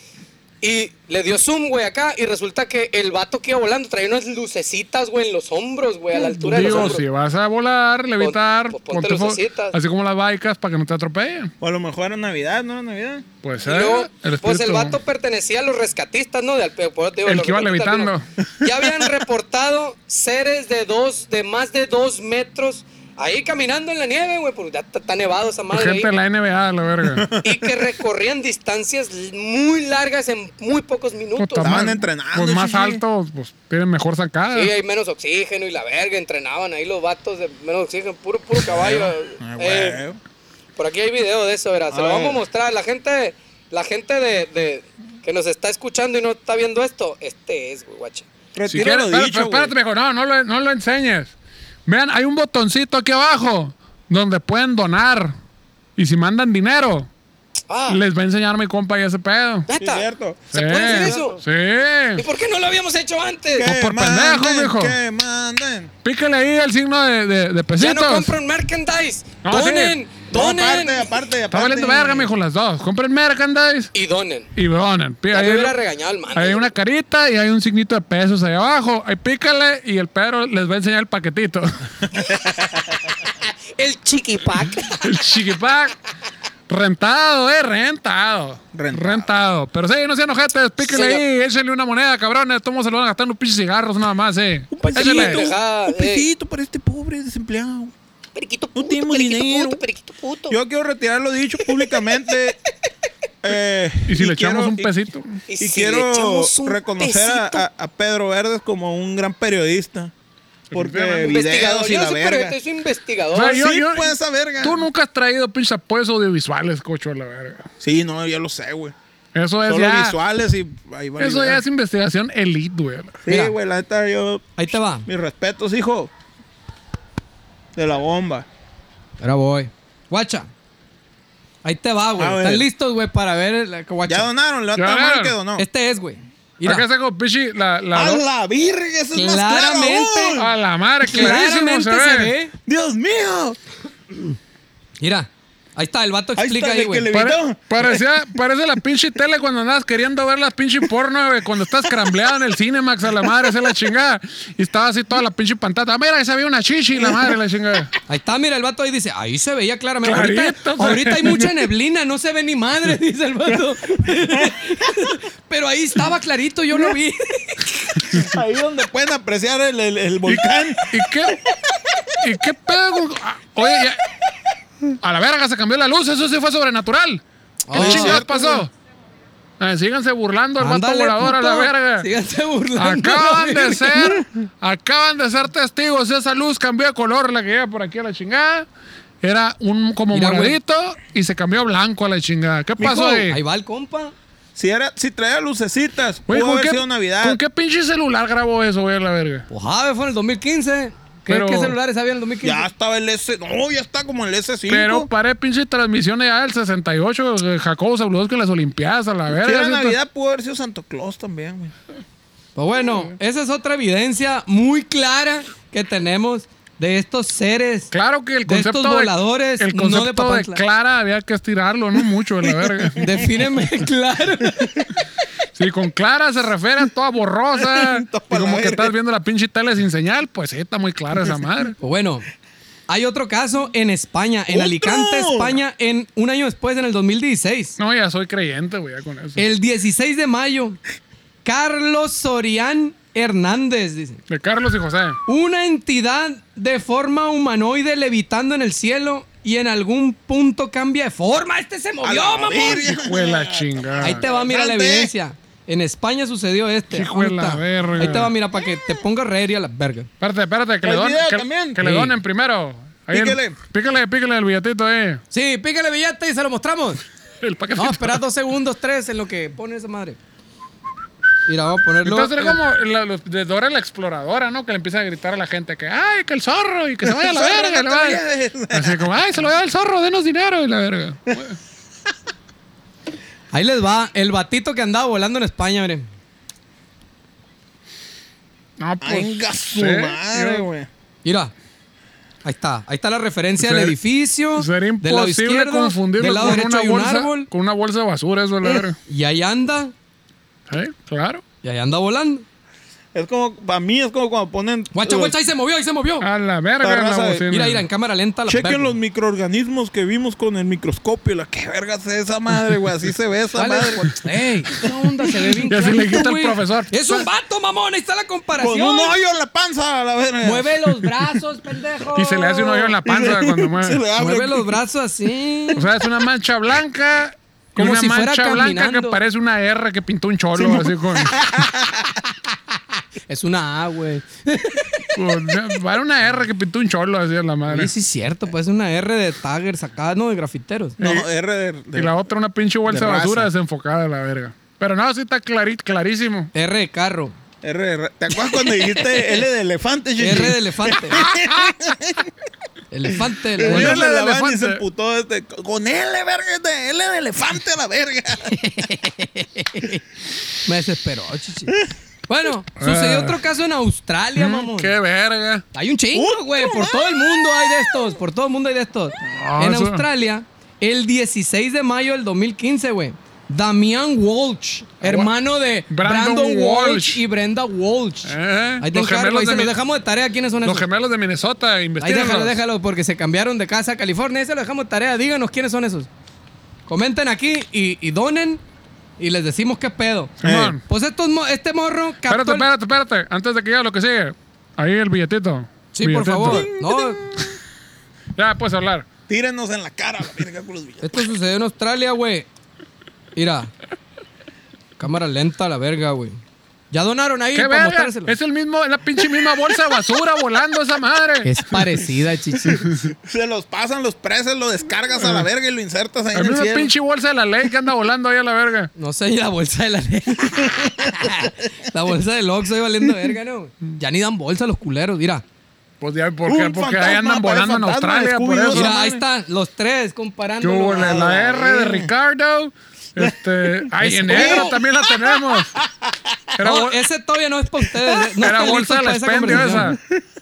Speaker 3: Y le dio zoom, güey, acá, y resulta que el vato que iba volando traía unas lucecitas, güey, en los hombros, güey, a
Speaker 2: Uh,
Speaker 3: la altura de los
Speaker 2: Digo,
Speaker 3: hombros.
Speaker 2: si vas a volar, levitar,
Speaker 3: pues, ponte
Speaker 2: ponte fo-
Speaker 3: lucecitas.
Speaker 2: así como las baicas para que no te atropellen.
Speaker 4: O a lo mejor era Navidad, ¿no era Navidad?
Speaker 2: Pues,
Speaker 3: Y luego,
Speaker 2: el
Speaker 3: pues el
Speaker 2: espíritu-
Speaker 3: vato pertenecía a los rescatistas, ¿no? De Alpeo, por eso te digo,
Speaker 2: El
Speaker 3: los
Speaker 2: que iba
Speaker 3: rescatistas
Speaker 2: levitando.
Speaker 3: alpinos. Ya habían reportado seres de dos, de más de dos metros, ahí caminando en la nieve, güey, porque ya está, está nevado esa madre. ahí.
Speaker 2: Gente de la NBA, la verga.
Speaker 3: y que recorrían distancias muy largas en muy pocos minutos.
Speaker 2: Puta
Speaker 4: Estaban
Speaker 2: madre.
Speaker 4: entrenando,
Speaker 2: Pues más
Speaker 4: chichi.
Speaker 2: altos, pues tienen mejor sacada.
Speaker 3: Sí, hay menos oxígeno y la verga, entrenaban ahí los vatos de menos oxígeno, puro, puro caballo.
Speaker 4: Ay,
Speaker 3: Eh,
Speaker 4: güey.
Speaker 3: por aquí hay video de eso, verás, se lo
Speaker 4: A ver.
Speaker 3: vamos a mostrar. La gente, la gente de, de- que nos está escuchando y no está viendo esto, este es, güey, guacha.
Speaker 2: Si quieres,
Speaker 4: Retiro lo
Speaker 2: espérate,
Speaker 4: dicho,
Speaker 2: espérate,
Speaker 4: güey.
Speaker 2: mijo, no, no lo, no lo enseñes. Vean, hay un botoncito aquí abajo donde pueden donar. Y si mandan dinero,
Speaker 3: Ah,
Speaker 2: les va a enseñar mi compa y ese pedo.
Speaker 4: Sí,
Speaker 3: neta.
Speaker 4: cierto.
Speaker 3: ¿Se puede hacer eso? ¿Y
Speaker 2: Sí.
Speaker 3: por qué no lo habíamos hecho antes?
Speaker 2: Pues por
Speaker 4: manden,
Speaker 2: pendejos, mijo.
Speaker 4: Que manden.
Speaker 2: Pícale ahí el signo de, de, de
Speaker 3: Ya no
Speaker 2: pesitos.
Speaker 3: compran merchandise.
Speaker 2: No,
Speaker 3: donen,
Speaker 2: sí.
Speaker 3: donen.
Speaker 4: Aparte, aparte, aparte.
Speaker 2: Está valiendo verga, mijo, las dos. Compren merchandise
Speaker 3: Y donen.
Speaker 2: y donen. Pí-
Speaker 3: Ya me
Speaker 2: ahí-
Speaker 3: hubiera regañado el man.
Speaker 2: Hay una carita y hay un signito de pesos ahí abajo. Ahí pícale y el Pedro les va a enseñar el paquetito.
Speaker 3: El chiquipac.
Speaker 2: El chiquipac. Rentado, eh, rentado.
Speaker 4: Rentado.
Speaker 2: Pero sí, no sean ojetes, píquele
Speaker 3: Señor.
Speaker 2: ahí, échenle una moneda, cabrones. Todos se lo van a gastar en unos pinches cigarros nada más, eh. Échale.
Speaker 3: pendejada,
Speaker 4: Un
Speaker 3: eh.
Speaker 4: pesito para este pobre desempleado.
Speaker 3: Periquito
Speaker 4: No
Speaker 3: puto,
Speaker 4: tenemos
Speaker 3: periquito
Speaker 4: dinero.
Speaker 3: puto, periquito puto.
Speaker 4: Yo quiero retirar lo dicho públicamente. Eh,
Speaker 2: Y si le echamos
Speaker 4: quiero-
Speaker 2: un
Speaker 4: y-
Speaker 2: pesito.
Speaker 3: y,
Speaker 4: Y,
Speaker 3: si le
Speaker 4: quiero
Speaker 3: echamos un
Speaker 4: reconocer a,
Speaker 3: pesito,
Speaker 4: a- a Pedro Verdes como un gran periodista. Porque
Speaker 2: Efectivamente.
Speaker 4: videos
Speaker 3: investigador,
Speaker 4: y
Speaker 3: yo
Speaker 4: la
Speaker 3: soy
Speaker 4: verga.
Speaker 3: periodista, soy investigador.
Speaker 2: Ay,
Speaker 4: Sí,
Speaker 2: yo- yo-
Speaker 4: pues, esa verga.
Speaker 2: Tú nunca has traído pinches apoyos audiovisuales, cocho, a la verga.
Speaker 4: Sí, no, yo lo sé, güey.
Speaker 2: Eso es
Speaker 4: Solo
Speaker 2: Pues ya.
Speaker 4: visuales y ahí va.
Speaker 2: Eso ya es investigación elite, güey.
Speaker 4: Sí,
Speaker 6: Mira.
Speaker 4: güey, la neta, yo.
Speaker 6: Ahí te va.
Speaker 4: Mis respetos, hijo. de la bomba.
Speaker 3: Ahora voy. Guacha. Ahí te va,
Speaker 4: A
Speaker 3: güey.
Speaker 4: ver.
Speaker 3: ¿Están listos, güey, para ver el
Speaker 4: Ah, Ya
Speaker 3: guacha?
Speaker 4: donaron, levanta
Speaker 2: Ya
Speaker 4: la mano el
Speaker 2: donaron.
Speaker 4: que donó.
Speaker 3: Este es, güey. Mira.
Speaker 2: Acá está con Pichi la, la,
Speaker 4: ¡A la virgen! ¡Eso es más claro
Speaker 3: Claramente.
Speaker 4: aún!
Speaker 2: a la madre, clarísimo
Speaker 3: Claramente
Speaker 2: se ve.
Speaker 4: ¡Dios mío!
Speaker 3: Mira. Ahí está, el vato
Speaker 4: Ahí está,
Speaker 3: explica ahí,
Speaker 4: de que
Speaker 3: güey.
Speaker 4: le-
Speaker 2: Pare-
Speaker 4: Evitó.
Speaker 2: parecía, parece la pinche tele cuando andabas queriendo ver las pinche porno, güey, cuando estás crambleado en el Cinemax a la madre, se la chingada. Y estaba así toda la pinche pantata. Ah, Mira, ahí se había una chichi, la madre, la chingada.
Speaker 3: Ahí está, mira, el vato ahí dice, ahí se veía claramente.
Speaker 2: Clarito,
Speaker 3: ahorita,
Speaker 2: güey.
Speaker 3: ahorita hay mucha neblina, no se ve ni madre, dice el vato. Pero ahí estaba clarito, yo lo vi.
Speaker 4: Ahí donde pueden apreciar el, el- el volcán.
Speaker 2: ¿Y qué? ¿Y qué pedo? con- ah, Oye, ya- A la verga se cambió la luz, eso sí fue sobrenatural. ¿Qué
Speaker 3: Oh.
Speaker 2: chingados
Speaker 4: Cierto,
Speaker 2: pasó? Eh, síganse burlando al vato
Speaker 3: Ándale,
Speaker 2: volador a la
Speaker 3: puto.
Speaker 2: verga.
Speaker 3: Síganse burlando.
Speaker 2: Acaban
Speaker 3: la
Speaker 2: de
Speaker 3: verga.
Speaker 2: ser, acaban de ser testigos. Esa luz cambió de color, la que iba por aquí a la chingada. Era un como
Speaker 3: Mira, güey.
Speaker 2: moradito y se cambió a blanco a la chingada. ¿Qué
Speaker 3: Mijo,
Speaker 2: pasó ahí?
Speaker 3: Ahí va el compa.
Speaker 4: Si, era, si traía lucecitas,
Speaker 2: Güey,
Speaker 4: pudo
Speaker 2: ¿con,
Speaker 4: haber
Speaker 2: qué,
Speaker 4: sido Navidad.
Speaker 2: con qué pinche celular grabó eso, güey, a la verga?
Speaker 3: Pues Jave fue en el 2015. ¿Qué,
Speaker 2: Pero-
Speaker 3: qué celulares había en el 2015?
Speaker 4: Ya estaba el S. No, ya está como el S5.
Speaker 2: Pero paré pinche transmisiones ya del 68, eh, Jacobo Zabludowski en las Olimpiadas, a la verga.
Speaker 4: si era
Speaker 2: así,
Speaker 4: Navidad, pudo haber sido Santo Claus también, güey.
Speaker 3: Pues bueno, esa es otra evidencia muy clara que tenemos de estos seres.
Speaker 2: Claro que el
Speaker 3: De estos
Speaker 2: concepto
Speaker 3: voladores,
Speaker 2: el
Speaker 3: no
Speaker 2: concepto
Speaker 3: de Papantla.
Speaker 2: Clara había que estirarlo, no mucho, a la verga.
Speaker 3: Defíneme claro. Pues
Speaker 2: Si con clara se refiere a toda borrosa y
Speaker 4: Toda
Speaker 2: como
Speaker 4: la
Speaker 2: que
Speaker 4: verga.
Speaker 2: estás viendo la pinche tele sin señal, pues sí, está muy clara esa madre.
Speaker 3: Pues bueno, hay otro caso en España, en
Speaker 4: ¡Otro!
Speaker 3: Alicante, España, en un año después, en el 2016.
Speaker 2: No, ya soy creyente, güey, ya con eso.
Speaker 3: El 16 de mayo, Carlos Sorián Hernández, dice.
Speaker 2: De Carlos y José.
Speaker 3: Una entidad de forma humanoide levitando en el cielo y en algún punto cambia de forma. Este se movió,
Speaker 4: la
Speaker 3: mamón.
Speaker 4: verga.
Speaker 2: Hijo de la chingada.
Speaker 3: Ahí te va, mira la
Speaker 4: Salte.
Speaker 3: evidencia. En España sucedió este.
Speaker 2: Hijo de
Speaker 3: Ahí
Speaker 2: la
Speaker 3: está.
Speaker 2: verga.
Speaker 3: Ahí te va, mira, para que te ponga ready a la verga.
Speaker 2: Espérate, espérate, que,
Speaker 4: El
Speaker 2: le, donen,
Speaker 4: video
Speaker 2: que,
Speaker 4: también.
Speaker 2: que le
Speaker 3: Sí.
Speaker 2: donen primero. Ahí el-
Speaker 4: Píquele.
Speaker 2: píquele, píquele el billetito ahí.
Speaker 3: Sí, pícale billete y se lo mostramos.
Speaker 2: El paquetito.
Speaker 3: Vamos a esperar dos segundos, tres en lo que pone esa madre. Mira, vamos a ponerlo.
Speaker 2: Entonces era
Speaker 3: en-
Speaker 2: como la- los de Dora la exploradora, ¿no? Que le empieza a gritar a la gente que, ay, que el zorro y que se vaya a la
Speaker 4: El zorro,
Speaker 2: verga. la
Speaker 4: no te
Speaker 2: madre.
Speaker 4: lleves.
Speaker 2: Así como, ay, se lo da el zorro, denos dinero y la verga.
Speaker 3: Ahí les va el batito que andaba volando en España, miren.
Speaker 2: No, pues.
Speaker 4: Venga su
Speaker 2: sí,
Speaker 4: madre,
Speaker 2: yo-
Speaker 4: güey.
Speaker 3: Mira. Ahí está. Ahí está la referencia del
Speaker 2: Ser-
Speaker 3: edificio.
Speaker 2: Sería
Speaker 3: del lado
Speaker 2: imposible
Speaker 3: izquierdo,
Speaker 2: confundirlo
Speaker 3: del lado
Speaker 2: con
Speaker 3: derecho
Speaker 2: una,
Speaker 3: hay un
Speaker 2: bolsa,
Speaker 3: árbol. Eh.
Speaker 2: con una bolsa de basura, eso la verga.
Speaker 3: Y ahí anda.
Speaker 2: Sí, claro.
Speaker 3: Y ahí anda volando.
Speaker 4: Es como, para mí es como cuando ponen.
Speaker 3: Guacha,
Speaker 4: los-
Speaker 3: guacha, ahí se movió, ahí se movió.
Speaker 2: A la verga la
Speaker 4: raza de-
Speaker 2: bocina.
Speaker 3: Oh. Mira, mira, en cámara lenta la
Speaker 4: Chequen
Speaker 3: verga.
Speaker 4: los microorganismos que vimos con el microscopio. La que verga es esa madre, güey. Así se ve esa
Speaker 3: Dale.
Speaker 4: madre, güey.
Speaker 3: Ey, ¿qué onda? Se ve bien
Speaker 2: Y así le
Speaker 3: clarito,
Speaker 2: quita el
Speaker 3: güey.
Speaker 2: profesor.
Speaker 3: Es un vato, mamón. Ahí está la comparación.
Speaker 4: Con un hoyo en la panza, a la verga.
Speaker 3: Mueve los brazos, pendejo.
Speaker 2: Y se le hace un hoyo en la panza cuando
Speaker 4: Se le
Speaker 2: mueve.
Speaker 4: abre.
Speaker 3: Mueve los brazos así.
Speaker 2: O sea, es una mancha blanca.
Speaker 3: Como
Speaker 2: una
Speaker 3: si fuera
Speaker 2: mancha blanca que
Speaker 3: caminando.
Speaker 2: parece una R que pintó un cholo así con,
Speaker 3: Es una A, güey.
Speaker 2: con- era una R que pintó un cholo así a la madre.
Speaker 3: Oye, sí es cierto, pues es una R de taggers acá, ¿no? De grafiteros.
Speaker 4: No, R de. de-
Speaker 2: y la otra una pinche bolsa de,
Speaker 4: de
Speaker 2: basura
Speaker 4: raza.
Speaker 2: desenfocada a la verga. Pero no, sí está clari- clarísimo.
Speaker 3: R de carro.
Speaker 4: R de- ¿Te acuerdas cuando dijiste L de elefante, chichi?
Speaker 3: R de elefante. elefante.
Speaker 4: Le dio
Speaker 2: L
Speaker 3: elefante.
Speaker 2: de
Speaker 4: la lavanda y
Speaker 2: elefante.
Speaker 4: se emputó este, con L, verga, este, L de elefante a la verga.
Speaker 3: Me desesperó, chichi. Bueno, sucedió otro caso en Australia, mamón.
Speaker 2: Mm, Qué verga.
Speaker 3: Hay un chingo,
Speaker 4: Otro
Speaker 3: güey. Por
Speaker 4: más.
Speaker 3: todo el mundo hay de estos. Por todo el mundo hay de estos.
Speaker 2: Ah,
Speaker 3: en
Speaker 2: eso.
Speaker 3: Australia, el 16 de mayo del 2015, güey. Damian Walsh, hermano de
Speaker 2: Brandon
Speaker 3: Brandon, Walsh.
Speaker 2: Walsh.
Speaker 3: y Brenda Walsh.
Speaker 2: Eh,
Speaker 3: ahí te
Speaker 2: los
Speaker 3: encargo,
Speaker 2: gemelos de
Speaker 3: ahí se los
Speaker 2: mi-
Speaker 3: dejamos de tarea. ¿Quiénes son
Speaker 2: Los
Speaker 3: esos?
Speaker 2: gemelos de Minnesota,
Speaker 3: Ahí
Speaker 2: investigan.
Speaker 3: déjalo, déjalo, porque se cambiaron de casa a California. Ahí se lo dejamos de tarea. Díganos quiénes son esos. Comenten aquí y, y donen y les decimos qué pedo.
Speaker 2: Simón.
Speaker 3: Pues estos, mo- este morro captó
Speaker 2: Espérate,
Speaker 3: el-
Speaker 2: espérate, espérate. Antes de que llegue lo que sigue. Ahí el billetito.
Speaker 3: Sí, por
Speaker 2: Billetito.
Speaker 3: favor. No,
Speaker 2: Ya puedes hablar.
Speaker 4: Tírenos en la cara, la verga, con los billetes.
Speaker 3: esto sucedió en Australia, güey. Mira. Cámara lenta a la verga, güey. Ya donaron ahí
Speaker 2: ¿Qué
Speaker 3: para
Speaker 2: verga?
Speaker 3: mostrárselo.
Speaker 2: Es el mismo, es la pinche misma bolsa de basura volando esa madre.
Speaker 3: Es parecida, chichi.
Speaker 4: Se los pasan los presos, lo descargas a la verga y lo insertas ahí
Speaker 2: La
Speaker 4: en el
Speaker 2: misma
Speaker 4: cielo.
Speaker 2: pinche bolsa de la ley que anda volando ahí a la verga.
Speaker 3: No sé, y la bolsa de la la bolsa del Oxxo ahí valiendo verga, ¿no? Ya ni dan bolsa los culeros, mira.
Speaker 2: Pues ya, ¿por
Speaker 4: Un
Speaker 2: qué? Porque ahí
Speaker 4: fantasma,
Speaker 2: andan
Speaker 4: parece
Speaker 2: volando en
Speaker 4: fantasma,
Speaker 2: Australia, por
Speaker 4: Scooby-Doo.
Speaker 2: eso.
Speaker 4: Mira,
Speaker 3: Mira, ahí
Speaker 4: mames.
Speaker 3: están los tres
Speaker 2: Yo,
Speaker 3: comparando.
Speaker 2: la, la R de Ricardo. Este, ay, en negro también la tenemos. Era, bol-
Speaker 3: ese todavía no Oh, es para ustedes. eh. No
Speaker 2: era
Speaker 3: están
Speaker 2: bolsa
Speaker 3: listos
Speaker 2: del
Speaker 3: para
Speaker 2: expendio esa.
Speaker 3: conversación.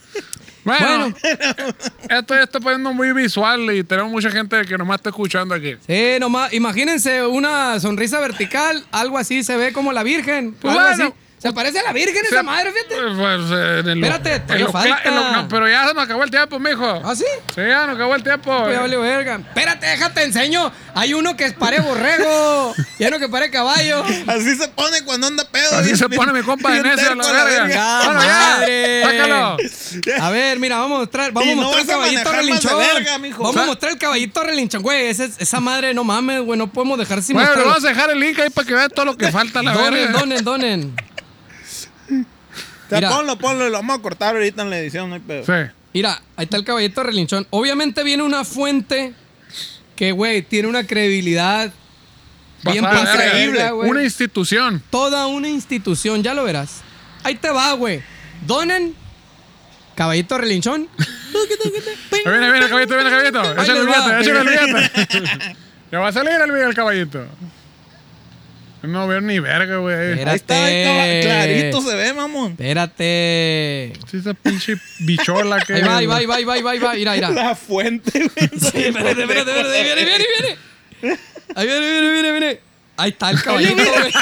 Speaker 2: Bueno, esto ya está poniendo muy visual y tenemos mucha gente que nomás está escuchando aquí.
Speaker 3: Sí, Eh, nomás, imagínense una sonrisa vertical, algo así, se ve como la Virgen.
Speaker 2: Pues
Speaker 3: algo
Speaker 2: bueno.
Speaker 3: así. Se parece a la Virgen
Speaker 2: O sea,
Speaker 3: esa madre, fíjate.
Speaker 2: Pues, pues, eh, en el-
Speaker 3: Espérate,
Speaker 2: en
Speaker 3: todavía
Speaker 2: lo cla-
Speaker 3: falta.
Speaker 2: en lo- no, pero ya se nos acabó el tiempo, mijo.
Speaker 3: ¿Ah, sí?
Speaker 2: Sí, ya nos acabó el tiempo.
Speaker 3: Pues ya valió verga. Espérate, déjate, enseño. Hay uno que es pare borrego y hay uno que pare caballo.
Speaker 4: Así se pone cuando anda pedo.
Speaker 2: Así
Speaker 4: bien-
Speaker 2: se pone mi compa de
Speaker 4: bien
Speaker 2: necio, la
Speaker 4: terco la
Speaker 2: verga.
Speaker 4: verga.
Speaker 2: Bueno, ya,
Speaker 3: madre.
Speaker 2: sácalo.
Speaker 3: A ver, mira, vamos a mostrar, vamos
Speaker 4: Y
Speaker 3: a
Speaker 4: no
Speaker 3: mostrar el
Speaker 4: vas a
Speaker 3: caballito
Speaker 4: manejar más de
Speaker 3: relinchón.
Speaker 4: verga, mijo.
Speaker 3: Vamos
Speaker 2: O sea-
Speaker 3: a mostrar el caballito relinchón, güey. Esa, es- esa madre, no mames, güey, no podemos dejar sin
Speaker 2: Bueno,
Speaker 3: mostrar.
Speaker 2: vamos a dejar el link ahí para que vean todo lo que falta, la
Speaker 3: donen,
Speaker 2: verga.
Speaker 3: donen, donen.
Speaker 4: O sea,
Speaker 3: Mira.
Speaker 4: ponlo, ponlo, y lo vamos a cortar ahorita en la edición, no hay pedo.
Speaker 2: Sí.
Speaker 3: Mira, ahí está el caballito relinchón. Obviamente viene una fuente que, güey, tiene una credibilidad bien
Speaker 2: Pasada de
Speaker 3: pasada de
Speaker 2: verga. ¿eh?
Speaker 4: increíble,
Speaker 3: verga, güey.
Speaker 2: Una institución.
Speaker 3: Toda una institución, ya lo verás. Ahí te va, güey. Donen, caballito relinchón.
Speaker 2: Ahí Viene, viene, caballito, viene, caballito.
Speaker 3: Ahí
Speaker 2: Échale el
Speaker 3: les va.
Speaker 2: billete, échale el billete. Ya va a salir el video el caballito. No veo ni verga, güey.
Speaker 3: Mira.
Speaker 4: Ahí está, ahí
Speaker 3: Espérate.
Speaker 4: está, clarito se ve, mamón.
Speaker 3: Espérate.
Speaker 2: Sí, esa pinche bichola que.
Speaker 3: Ahí va, ahí va, ahí va, ahí va, ahí va, ahí va. Mira, mira.
Speaker 4: La fuente, güey.
Speaker 3: Espérate, espérate, espérate, ahí viene, ahí viene, ahí viene. Ahí viene, viene, viene, viene. Ahí está el caballito, güey.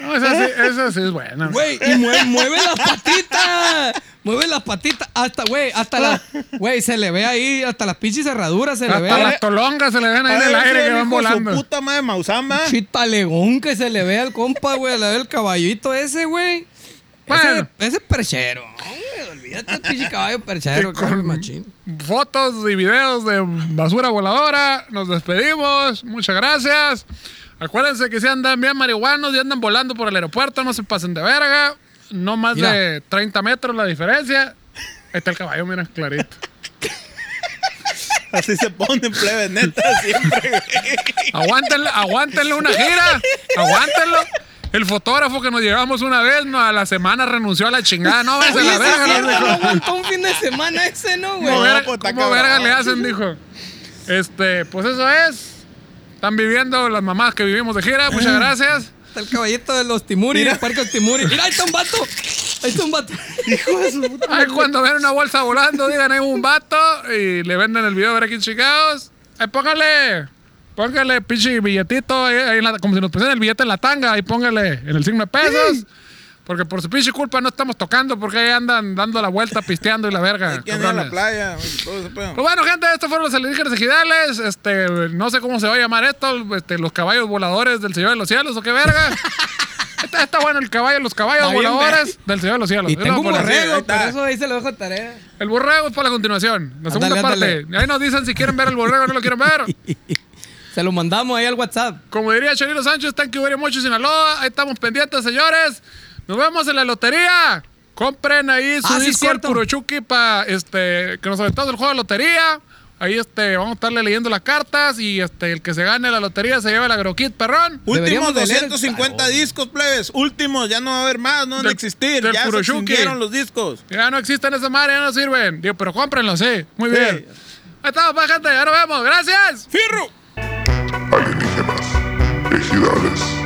Speaker 2: No, esa sí, esa sí es buena.
Speaker 3: Güey, y mueve, mueve las patitas. Mueve las patitas. Hasta, güey, hasta la. Güey, se le ve ahí, hasta las pinches cerraduras se le ve.
Speaker 2: Hasta las tolongas se le ven ahí en el
Speaker 4: Ahí
Speaker 2: aire
Speaker 4: se
Speaker 2: que
Speaker 4: ve,
Speaker 2: van
Speaker 4: hijo de
Speaker 2: volando.
Speaker 4: Su puta madre mausama.
Speaker 3: Sí, talegón que se le ve al compa, güey. Le ve el caballito ese, güey.
Speaker 2: Bueno.
Speaker 3: Ese, ese es perchero. Hombre, olvídate el pinche caballo perchero,
Speaker 2: Y
Speaker 3: con...
Speaker 2: con
Speaker 3: machín.
Speaker 2: fotos y videos de basura voladora. Nos despedimos. Muchas gracias. Acuérdense que si andan bien marihuanos y andan volando por el aeropuerto, no se pasen de verga. No más
Speaker 3: Mira.
Speaker 2: de 30 metros la diferencia. Ahí está el caballo, mira, clarito.
Speaker 4: Así se pone, plebe, neta, siempre, güey.
Speaker 2: Aguántenlo, aguántenlo una gira. Aguántenlo. El fotógrafo que nos llevamos una vez, no, a la semana renunció a la chingada. No, váyanse a
Speaker 3: Oye,
Speaker 2: la
Speaker 3: ese
Speaker 2: verga.
Speaker 3: sí,
Speaker 2: nos dijo.
Speaker 3: no lo aguantó un fin de semana ese, ¿no, güey?
Speaker 2: ¿Cómo,
Speaker 4: No,
Speaker 2: verga-
Speaker 4: pues, está
Speaker 2: cómo verga
Speaker 4: cabrón.
Speaker 2: le hacen? Dijo. Este, pues eso es. Están viviendo las mamás que vivimos de gira. Muchas
Speaker 4: Ah.
Speaker 2: gracias.
Speaker 3: Está el caballito de los Timuri,
Speaker 4: Mira.
Speaker 3: el parque de los Timuri. Mira, ahí está un vato. Ahí está un vato.
Speaker 4: Hijo de su puta
Speaker 2: Ay, cuando ven una bolsa volando, digan, hay un vato y le venden el video de aquí Chicaos. Ay, póngale, póngale pinche billetito, ahí- ahí en la- como si nos pusieran el billete en la tanga, ahí póngale en el signo de pesos. Porque por su pinche culpa no estamos tocando, porque ahí andan dando la vuelta, pisteando y la verga.
Speaker 4: ¿Quién era la
Speaker 2: cabrones.
Speaker 4: playa? güey, Todo ese pedo.
Speaker 2: Pues bueno, gente, estos fueron los alienígenas ejidales. Este, no sé cómo se va a llamar esto. Este, los caballos voladores del Señor de los Cielos, o qué verga. está, está bueno el caballo, los caballos
Speaker 3: Está bien,
Speaker 2: voladores del Señor de los Cielos.
Speaker 3: Y
Speaker 2: Yo
Speaker 3: tengo
Speaker 2: lo
Speaker 3: un
Speaker 2: voy a poner.
Speaker 4: ahí
Speaker 3: borrego,
Speaker 4: está.
Speaker 3: pero eso ahí se lo dejo a tarea.
Speaker 2: El borrego es para la continuación, la segunda
Speaker 3: Ándale,
Speaker 2: parte. Ahí nos dicen si quieren ver el borrego o no lo quieren ver.
Speaker 3: Se lo mandamos ahí al WhatsApp.
Speaker 2: Como diría Chalino Sánchez, thank you very much, Sinaloa. Ahí estamos pendientes, señores. Nos vemos en la lotería. Compren ahí su
Speaker 3: Ah, sí,
Speaker 2: disco al
Speaker 3: cierto.
Speaker 2: Purochuki para este, que nos aventamos el juego de lotería. Ahí este, vamos a estarle leyendo las cartas y este, el que se gane la lotería se lleva el agrokit, perrón.
Speaker 4: Últimos
Speaker 3: Deberíamos de leer el
Speaker 4: 250
Speaker 3: tarot.
Speaker 4: discos, plebes. Últimos, ya no va a haber más, no van
Speaker 2: Del-
Speaker 4: a existir.
Speaker 2: del
Speaker 4: Ya se
Speaker 2: Kuroshuki.
Speaker 4: extinguieron los discos.
Speaker 2: Ya no existen esas madres, ya no sirven. Digo, pero cómprenlo, sí. Muy
Speaker 4: Sí.
Speaker 2: bien. Ahí estamos, pues, gente. Ya nos vemos. Gracias.
Speaker 4: ¡Firro!
Speaker 1: alienígenas, ejidales.